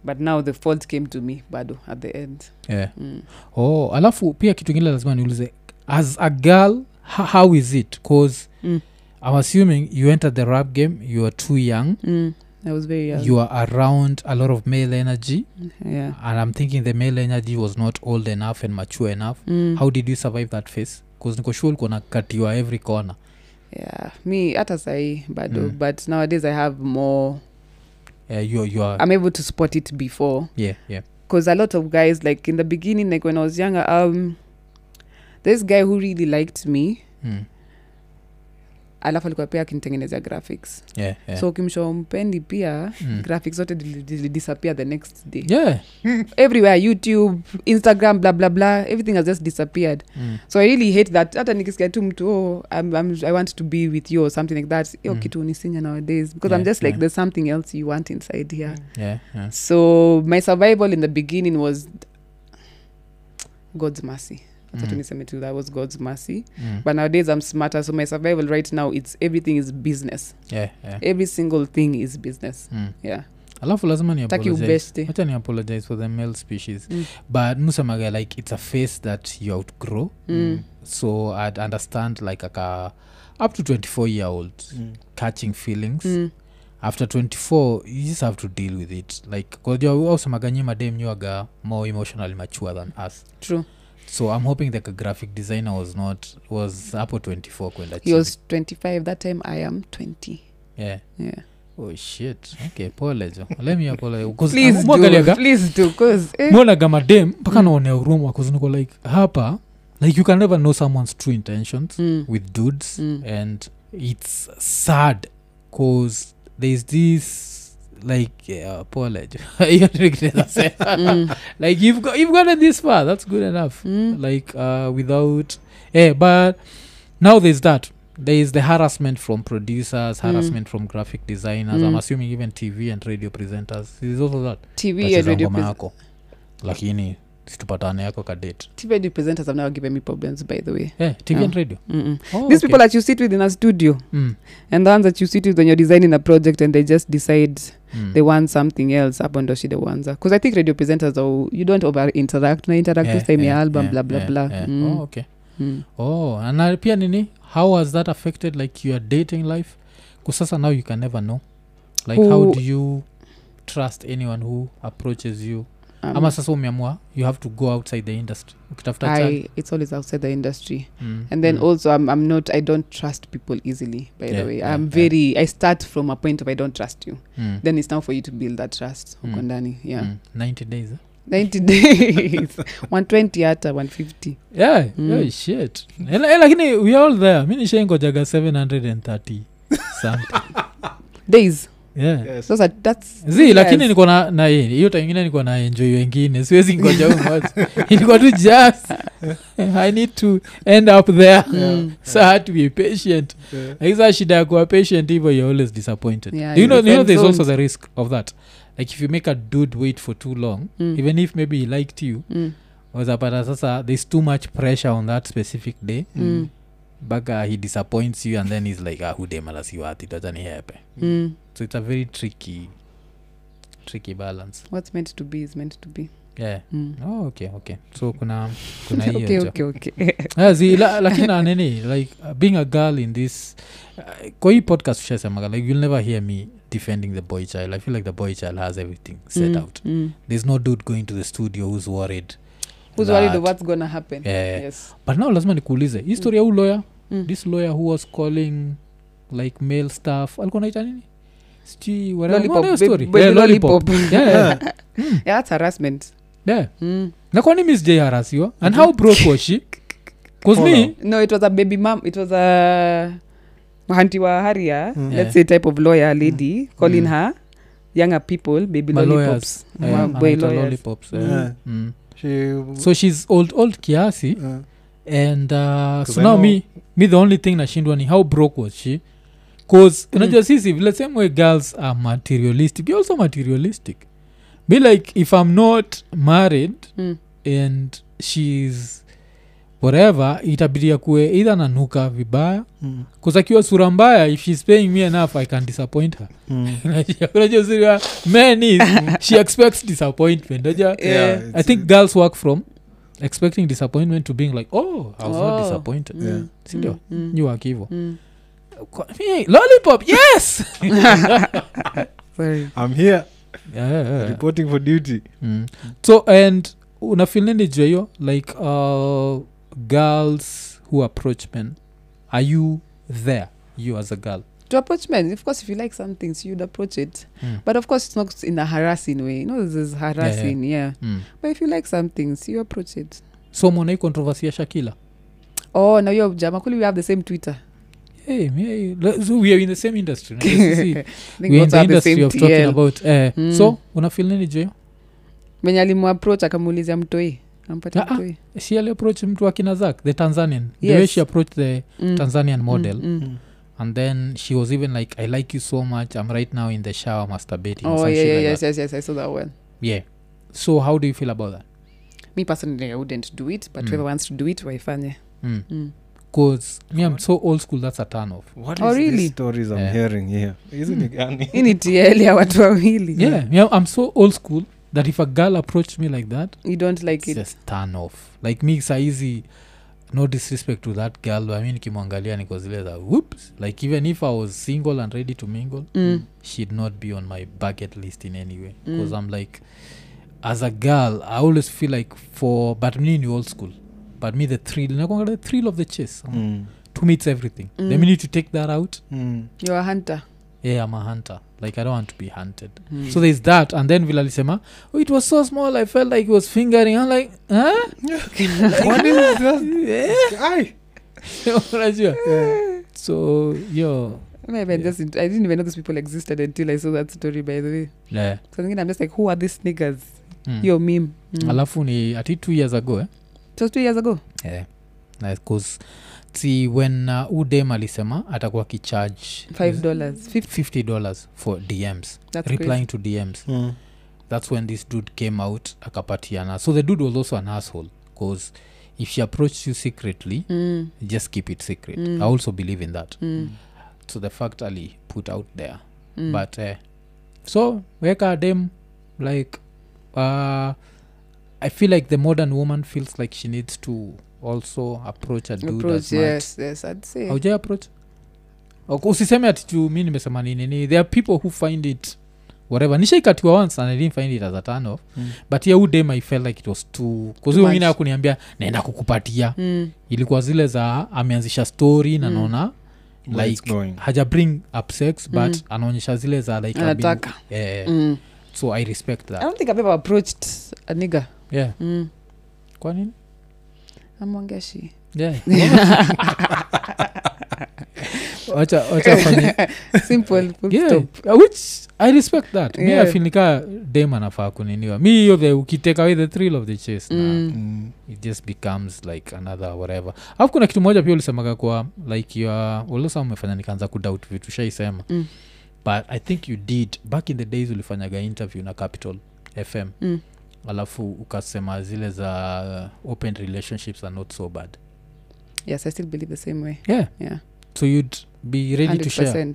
Speaker 3: but now the fault came to me bado at the end
Speaker 1: yeah
Speaker 3: mm.
Speaker 1: oh alafu pia kitu ingine lazima niulize as a girl ho- how is it cause
Speaker 3: Mm.
Speaker 1: i'm assuming you entered the rap game you are too young
Speaker 3: Mm. i was very young
Speaker 1: you are around a lot of male energy
Speaker 3: yeah
Speaker 1: and i'm thinking the male energy was not old enough and mature enough
Speaker 3: mm.
Speaker 1: how did you survive that phase bcause niko sure ulikuwa nakatiwa every corner
Speaker 3: yeah me hata sahi bado
Speaker 1: Mm.
Speaker 3: but nowadays i have more
Speaker 1: uh, you, you are,
Speaker 3: i'm able to spot it before
Speaker 1: yeah, yeah.
Speaker 3: because a lot of guys like in the beginning like when i was younger um this guy who really liked me
Speaker 1: Mm,
Speaker 3: alafu alikuwa pia akinitengenezea graphics
Speaker 1: yeah, yeah.
Speaker 3: so ukimshow umpendi pia
Speaker 1: Mm.
Speaker 3: graphics zote dili- dili- disappear the next day
Speaker 1: yeah.
Speaker 3: everywhere youtube instagram blah blah blah everything has just disappeared
Speaker 1: Mm.
Speaker 3: so i really hate that hata nikisikia tu mtu oh, I'm, I'm, i want to be with you or something like that hiyo
Speaker 1: Mm.
Speaker 3: kitu unisinya nowadays because i'm
Speaker 1: Yeah,
Speaker 3: just like
Speaker 1: yeah.
Speaker 3: there's something else you want inside here
Speaker 1: Yeah, yeah.
Speaker 3: so my survival in the beginning was god's mercy That's what
Speaker 1: Mm.
Speaker 3: niseme tu, that was god's mercy
Speaker 1: Mm.
Speaker 3: but nowadays i'm smarter so my survival right now it's everything is business
Speaker 1: Yeah, yeah.
Speaker 3: every single thing is business
Speaker 1: Mm.
Speaker 3: yeah
Speaker 1: alafu lazima ni
Speaker 3: taki
Speaker 1: apologize.
Speaker 3: ubeste
Speaker 1: Wacha ni apologize for the male species
Speaker 3: Mm.
Speaker 1: but musamaga like it's a face that you outgrow
Speaker 3: Mm.
Speaker 1: so i'd understand like aka up to 24 year old
Speaker 2: Mm.
Speaker 1: catching feelings
Speaker 3: Mm.
Speaker 1: after 24 you just have to deal with it like kausemaga nyi madem nyuaga more emotionally mature than us
Speaker 3: true
Speaker 1: so i'm hoping that a graphic designer was not was apo 24 kwenda
Speaker 3: he
Speaker 1: chini.
Speaker 3: was 25 that time i am 20
Speaker 1: yeah
Speaker 3: yeah
Speaker 1: oh shit okay pole jo let me apologize 'Cause
Speaker 3: please
Speaker 1: I'm-
Speaker 3: do,
Speaker 1: mwangaliaga-
Speaker 3: please do, 'cause, eh,
Speaker 1: mwonaga madem mpaka naonea uruma kuziniko like hapa like you can never know someone's true intentions
Speaker 3: mm,
Speaker 1: with dudes
Speaker 3: Mm.
Speaker 1: and it's sad cause there's this like yeah, pole jo. Hiyo ndio ningetaka sema.
Speaker 3: mm,
Speaker 1: like you've, got, you've gotten this far that's good enough
Speaker 3: mm,
Speaker 1: like uh, without eh, but now there's that there is the harassment from producers
Speaker 3: Mm.
Speaker 1: harassment from graphic designers i'm
Speaker 3: Mm.
Speaker 1: assuming even tv and radio presenters there's also that
Speaker 3: TV and
Speaker 1: nacheza
Speaker 3: radio
Speaker 1: ngoma
Speaker 3: pres-
Speaker 1: yako lakini situpatane yako kadate
Speaker 3: TV radio presenters have never given me problems by the way
Speaker 1: eh, tv
Speaker 3: No.
Speaker 1: and radio
Speaker 3: Mm-mm.
Speaker 1: oh,
Speaker 3: these
Speaker 1: okay.
Speaker 3: people that you sit with in a studio
Speaker 1: mm,
Speaker 3: and the ones that you sit with when you're designing a project and they just decide
Speaker 1: mm.
Speaker 3: they want something else hapo ndo shida uanza because i think radio presenters are, you don't over interact na interact
Speaker 1: Eh,
Speaker 3: this time
Speaker 1: eh,
Speaker 3: ya album
Speaker 1: eh,
Speaker 3: blah blah
Speaker 1: eh,
Speaker 3: blah
Speaker 1: eh.
Speaker 3: Mm,
Speaker 1: Oh, okay
Speaker 3: mm.
Speaker 1: oh and uh, pia nini how has that affected like your dating life kusasa now you can never know like how
Speaker 3: Who-
Speaker 1: do you trust anyone who approaches you
Speaker 3: Um,
Speaker 1: ama sasa umeamua you have to go outside the industry ukitafuta child.
Speaker 3: I, it's always outside the industry
Speaker 1: Mm,
Speaker 3: and then
Speaker 1: mm,
Speaker 3: also I'm, I'm not i don't trust people easily by
Speaker 1: Yeah,
Speaker 3: the way
Speaker 1: yeah,
Speaker 3: i'm
Speaker 1: yeah.
Speaker 3: very i start from a point of i don't trust you
Speaker 1: mm,
Speaker 3: then it's now for you to build that trust huko
Speaker 1: Mm.
Speaker 3: ndani yeah
Speaker 1: mm, 90 days eh?
Speaker 3: 90 days 120 hata 150
Speaker 1: yeah,
Speaker 3: Mm.
Speaker 1: yeah shit Eh, la- eh, lakini we are all there mi nishaingojaga 730 something
Speaker 3: days
Speaker 1: yeah
Speaker 2: Yes.
Speaker 3: those are that's
Speaker 1: zi
Speaker 3: yes.
Speaker 1: lakini niko na na hii, hiyo tangine niko na enjoy wengine siwezi ngoja huyu mmoja ilikuwa tu just i need to end up there
Speaker 3: Mm.
Speaker 1: so I had to be patient
Speaker 2: Yeah.
Speaker 1: Like, saa shida ya kuwa patient hivyo you're always disappointed
Speaker 3: Yeah,
Speaker 1: Do you,
Speaker 3: you
Speaker 1: know, you know
Speaker 3: become
Speaker 1: there's also
Speaker 3: zoned.
Speaker 1: the risk of that like if you make a dude wait for too long
Speaker 3: Mm.
Speaker 1: even if maybe he liked you
Speaker 3: Mm,
Speaker 1: wazapata sasa there's too much pressure on that specific day
Speaker 3: mm,
Speaker 1: mpaka he disappoints you and then he's like ah, hudemalasiwati tachanihepe
Speaker 3: mm.
Speaker 1: so it's a very tricky tricky balance
Speaker 3: what's meant to be is meant to be
Speaker 1: yeah
Speaker 3: Mm.
Speaker 1: oh, okay okay so kuna kuna hiyo
Speaker 3: okay,
Speaker 1: jo.
Speaker 3: okay, okay.
Speaker 1: Ah, zi- la- lakini na nini like uh, being a girl in this uh, kwa hii podcast ushasemaga like you'll never hear me defending the boy child i feel like the boy child has everything set
Speaker 3: Mm,
Speaker 1: out
Speaker 3: mm.
Speaker 1: there's no dude going to the studio who's worried
Speaker 3: who's
Speaker 1: that-
Speaker 3: worried of what's gonna happen
Speaker 1: yeah.
Speaker 3: yes
Speaker 1: but now lazima nikuulize hii story ya huu lawyer
Speaker 3: Mm.
Speaker 1: this lawyer who was calling like male staff alikuwa naita nini sijui whatever. Umeona hiyo
Speaker 3: lollipop,
Speaker 1: story?
Speaker 3: baby,
Speaker 1: Yeah,
Speaker 3: baby
Speaker 1: lollipop.
Speaker 3: lollipop.
Speaker 1: Yeah, yeah,
Speaker 3: yeah that's harassment
Speaker 1: yeah.
Speaker 3: mm.
Speaker 1: na kwani miss j harasiwa and how broke was she bcause
Speaker 2: Follow.
Speaker 1: me
Speaker 3: no it was a baby mom it was a hanti wa haria
Speaker 2: Mm.
Speaker 3: let's say type of lawyer lady calling
Speaker 1: Mm.
Speaker 3: her younger people baby
Speaker 1: Ma
Speaker 3: lollipops
Speaker 1: lawyers.
Speaker 3: Ma-
Speaker 1: Eh,
Speaker 3: boy
Speaker 1: anaitwa
Speaker 3: lawyers.
Speaker 1: lollipops, eh.
Speaker 2: Yeah.
Speaker 1: Mm.
Speaker 2: She-
Speaker 1: so she's old old kiasi
Speaker 2: uh,
Speaker 1: and uh,
Speaker 2: 'Cause
Speaker 1: so
Speaker 2: I
Speaker 1: now
Speaker 2: know-
Speaker 1: me me the only thing nashindwa ni how broke was she cause unajua sisi vile same way girls are materialistic you're also materialistic me like if i'm not married
Speaker 3: Mm.
Speaker 1: and she's whatever itabidi akue either nanuka vibaya
Speaker 2: mm,
Speaker 1: cause akiwa sura mbaya if she's paying me enough i can disappoint her
Speaker 2: mm.
Speaker 1: unajua uzuri wa men is she expects disappointment unajua
Speaker 3: Yeah.
Speaker 2: it's-
Speaker 1: I think girls work from expecting disappointment to being like, oh, I was oh.
Speaker 3: Oh.
Speaker 1: not disappointed.
Speaker 2: Yeah.
Speaker 3: Mm,
Speaker 1: Sindio?
Speaker 3: mm,
Speaker 1: You work evil.
Speaker 3: mm.
Speaker 1: Hey, lollipop, yes!
Speaker 3: Sorry.
Speaker 2: i'm here
Speaker 1: yeah, yeah, yeah.
Speaker 2: reporting for duty
Speaker 1: Mm. So, and unafilnende jua hiyo like uh, girls who approach men, are you there, you as a girl?
Speaker 3: to approach men of course if you like some things you'd approach it
Speaker 1: Mm.
Speaker 3: but of course it's not in a harassing way you know this is harassing yeah,
Speaker 1: Mm.
Speaker 3: but if you like some things you approach it
Speaker 1: so mwanai controversy ya shakila
Speaker 3: oh now you're jama we have the same twitter
Speaker 1: hey, me, le- so we are in the same industry na sisi,
Speaker 3: I think
Speaker 1: we are in
Speaker 3: also
Speaker 1: the
Speaker 3: have
Speaker 1: industry
Speaker 3: the same
Speaker 1: of talking
Speaker 3: TL.
Speaker 1: about eh,
Speaker 3: Mm.
Speaker 1: so unafilnende jua hiyo
Speaker 3: mwenye alimuapproach akamuulizia mtoi ampata
Speaker 1: Ah, ah.
Speaker 3: mtoi
Speaker 1: she aliapproach mtu akina zak the tanzanian the
Speaker 3: Yes.
Speaker 1: way she approached the
Speaker 3: Mm,
Speaker 1: tanzanian model
Speaker 3: mm, mm.
Speaker 1: and then she was even like i like you so much i'm right now in the shower masturbating or
Speaker 3: oh
Speaker 1: some
Speaker 3: yeah,
Speaker 1: shit
Speaker 3: yeah,
Speaker 1: like
Speaker 3: yes,
Speaker 1: that.
Speaker 3: yes, yes, I saw that one.
Speaker 1: yeah so how do you feel about that
Speaker 3: me personally i wouldn't do it but
Speaker 1: Mm.
Speaker 3: whoever wants to do it waifanye
Speaker 1: mm.
Speaker 3: mm.
Speaker 1: cause me i'm so old school that's a turn off
Speaker 2: what
Speaker 3: Oh,
Speaker 2: is these
Speaker 3: really?
Speaker 2: stories i'm
Speaker 1: Yeah. Hmm.
Speaker 2: hearing here isn't it
Speaker 3: Hii
Speaker 2: yani?
Speaker 3: ni tl ya watu wawili
Speaker 1: yeah, yeah i'm so old school that if a girl approached me like that
Speaker 3: you don't
Speaker 1: it's
Speaker 3: like it
Speaker 1: just turn off like me saizi no disrespect to that girl but i mean kimwangalia niko zile za whoops like even if i was single and ready to mingle
Speaker 3: Mm.
Speaker 1: she'd not be on my bucket list in any way
Speaker 3: Mm.
Speaker 1: because i'm like as a girl i always feel like for but me in old school but me the thrill nakwanga the thrill of the chase I'm-
Speaker 2: Mm,
Speaker 1: to me it's everything the
Speaker 3: Mm.
Speaker 1: minute you take that out
Speaker 2: mm.
Speaker 3: you're a hunter
Speaker 1: yeah i'm a hunter like i don't want to be hunted
Speaker 3: Mm.
Speaker 1: so there's that and then vila alisema oh, it was so small i felt like it was fingering i'm like huh?
Speaker 2: what is that
Speaker 1: Eh?
Speaker 2: Aye.
Speaker 1: unajua
Speaker 2: Yeah.
Speaker 1: so yo
Speaker 3: Maybe I
Speaker 1: Yeah.
Speaker 3: just- I didn't even know those people existed until I saw that story, by the way.
Speaker 1: yeah.
Speaker 3: So then I'm just like, who are these niggas?
Speaker 1: mm.
Speaker 3: Yo, meme. Mm.
Speaker 1: alafu ni ati two years ago eh?
Speaker 3: It was two years ago.
Speaker 1: yeah. like, cause see when uh, udem alisema atakuwa kicharge
Speaker 3: Five dollars. Fifty.
Speaker 1: 50 dollars for dms
Speaker 3: That's
Speaker 1: replying to dms
Speaker 2: Mm.
Speaker 1: that's when this dude came out akapatiana so the dude was also an asshole cause if she approached you secretly
Speaker 3: crazy. Mm.
Speaker 1: just keep it secret
Speaker 3: Mm.
Speaker 1: i also believe in that
Speaker 3: Mm.
Speaker 1: so the fact ali put out there
Speaker 3: Mm.
Speaker 1: but uh, so weka dem like uh, i feel like the modern woman feels like she needs to also approach a dude
Speaker 3: approach
Speaker 1: as much.
Speaker 3: yes yes i'd say
Speaker 1: haujai approach Ok, usiseme ati juu mi nimesema nini ni there are people who find it whatever nishaikatiwa once and i didn't find it as a turn off
Speaker 2: Mm.
Speaker 1: but yeah udem i felt like it was too
Speaker 3: Too
Speaker 1: kuzi wengine
Speaker 3: much.
Speaker 1: akuniambia naenda kukupatia
Speaker 3: mm.
Speaker 1: ilikuwa zile za ameanzisha story na
Speaker 3: Mm.
Speaker 1: naona
Speaker 2: Where it's
Speaker 1: Like-
Speaker 2: going.
Speaker 1: haja bring up sex but
Speaker 3: Mm.
Speaker 1: anaonyesha zile za like I've been-
Speaker 3: anataka
Speaker 1: eh,
Speaker 3: mm.
Speaker 1: so i respect
Speaker 3: i
Speaker 1: that
Speaker 3: don't think i've ever approached a nigga
Speaker 1: yeah
Speaker 3: mm.
Speaker 1: kwa nini
Speaker 3: amwangeshi
Speaker 1: yeah wacha wacha afanye-
Speaker 3: simple full
Speaker 1: Yeah,
Speaker 3: stop
Speaker 1: which i respect that mi
Speaker 3: Yeah.
Speaker 1: afinika dem anafaa kuniniwa mi hiyo the ukitake away the thrill of the chase na
Speaker 3: Mm.
Speaker 2: Mm.
Speaker 1: it just becomes like another whatever alafu kuna kitu moja pia ulisemaga kwa like your uliosa umefanya nikaanza kudoubt vitu shaisema
Speaker 3: Mm.
Speaker 1: but i think you did back in the days ulifanyaga interview na capital fm
Speaker 3: Mm.
Speaker 1: alafu ukasema zile za uh, open relationships are not so bad
Speaker 3: yes i still believe the same way
Speaker 1: yeah
Speaker 3: yeah
Speaker 1: so you'd be ready to share
Speaker 3: 100%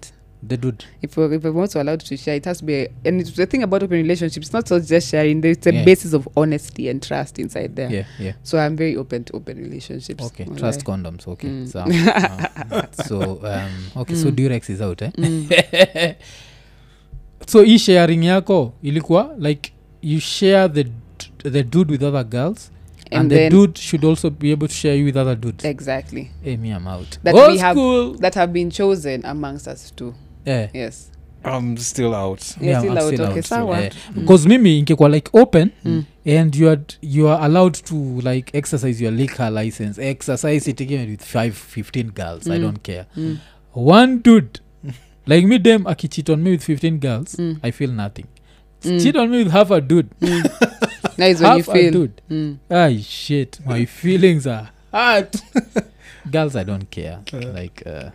Speaker 1: the dude
Speaker 3: if we're, if we're also allowed to share it has to be a, and it's the thing about open relationships it's not so just sharing there's a
Speaker 1: Yeah.
Speaker 3: basis of honesty and trust inside there
Speaker 1: yeah yeah
Speaker 3: so i'm very open to open relationships
Speaker 1: okay
Speaker 3: Walai.
Speaker 1: trust condoms okay
Speaker 3: Mm.
Speaker 1: sawa. Ah, so um, okay so
Speaker 3: Mm.
Speaker 1: durex is out eh?
Speaker 3: mm.
Speaker 1: so hii sharing yako ilikuwa like you share the d- the dude with other girls
Speaker 3: and,
Speaker 1: and, the
Speaker 3: then
Speaker 1: dude should also be able to share you with other dudes
Speaker 3: exactly
Speaker 1: hey, me i'm out
Speaker 3: That
Speaker 1: Old
Speaker 3: we have-
Speaker 1: school.
Speaker 3: that have been chosen amongst us too
Speaker 1: Eh,
Speaker 3: yes
Speaker 2: i'm still out
Speaker 1: me, I'm-
Speaker 3: Yeah, still
Speaker 1: I'm
Speaker 3: out.
Speaker 1: still
Speaker 3: Okay,
Speaker 1: out too.
Speaker 3: sawa.
Speaker 1: Eh,
Speaker 3: Mm.
Speaker 1: 'cause mimi ingekuwa like open
Speaker 3: Mm.
Speaker 1: and you are, you are allowed to like exercise your liquor license exercise it again with 5 15 girls i
Speaker 3: Mm.
Speaker 1: don't care
Speaker 3: Mm.
Speaker 1: one dude like me dem akicheat on me with 15 girls
Speaker 3: Mm.
Speaker 1: i feel nothing
Speaker 3: Mm.
Speaker 1: cheat on me with half a dude
Speaker 3: That is when you
Speaker 1: half a
Speaker 3: feel.
Speaker 1: dude
Speaker 3: Mm.
Speaker 1: ay shit my feelings are hurt girls i don't care
Speaker 2: Uh.
Speaker 1: like uh,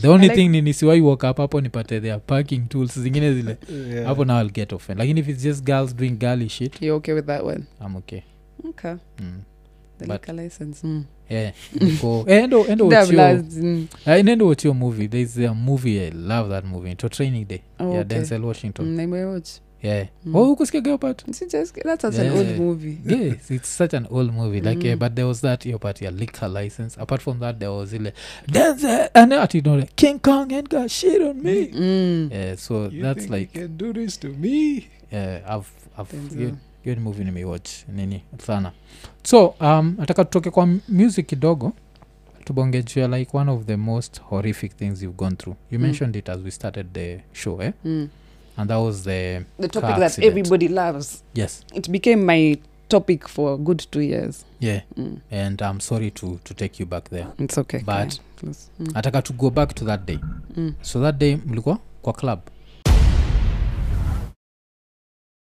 Speaker 1: the only
Speaker 3: like-
Speaker 1: thing ni nisiwai walk up hapo nipate their parking tools zingine zile
Speaker 2: Yeah.
Speaker 1: hapo now i'll get offend lakini if it's just girls doing girly shit
Speaker 3: You're okay with that one.
Speaker 1: i'm okay
Speaker 3: Okay.
Speaker 1: mm.
Speaker 3: The
Speaker 1: But-
Speaker 3: liquor license. Mm.
Speaker 1: yeah niko eh, endo endo watch
Speaker 3: Double
Speaker 1: your-
Speaker 3: as, mm.
Speaker 1: I need to watch your movie. There's a movie I love that movie. It's Training Day.
Speaker 3: Oh,
Speaker 1: yeah,
Speaker 3: okay.
Speaker 1: Denzel Washington.
Speaker 3: Mm, nimewatch.
Speaker 1: Yeah.
Speaker 3: Mm.
Speaker 1: Oh, ukusikia hiyo part?
Speaker 3: It's just that's such an old
Speaker 1: Yeah.
Speaker 3: movie.
Speaker 1: Yes, it's such an old movie. Like, yeah,
Speaker 3: Mm.
Speaker 1: but there was that your part, yeah, liquor license. Apart from that, there was ile Denzel and that you know, like, King Kong and got shit on me.
Speaker 3: Mm.
Speaker 1: Yeah, so
Speaker 2: You
Speaker 1: that's
Speaker 2: think
Speaker 1: like
Speaker 2: you can do this to me
Speaker 1: yeah, I've I've
Speaker 3: Denzel.
Speaker 1: hiyo- hiyo ni movie nimewatch nini sana. So, um nataka tutoke kwa m- music kidogo tubonge juu ya like one of the most horrific things you've gone through. You
Speaker 3: Mm.
Speaker 1: mentioned it as we started the show, eh?
Speaker 3: Mm.
Speaker 1: and that was the
Speaker 3: The
Speaker 1: Car
Speaker 3: topic that
Speaker 1: accident.
Speaker 3: everybody loves.
Speaker 1: yes
Speaker 3: It became my topic for a good two years.
Speaker 1: yeah
Speaker 3: Mm.
Speaker 1: and i'm sorry to to take you back there
Speaker 3: It's okay.
Speaker 1: But-
Speaker 3: Kaya. Please. Mm.
Speaker 1: nataka to go back to that day
Speaker 3: Mm.
Speaker 1: so that day mlikuwa kwa club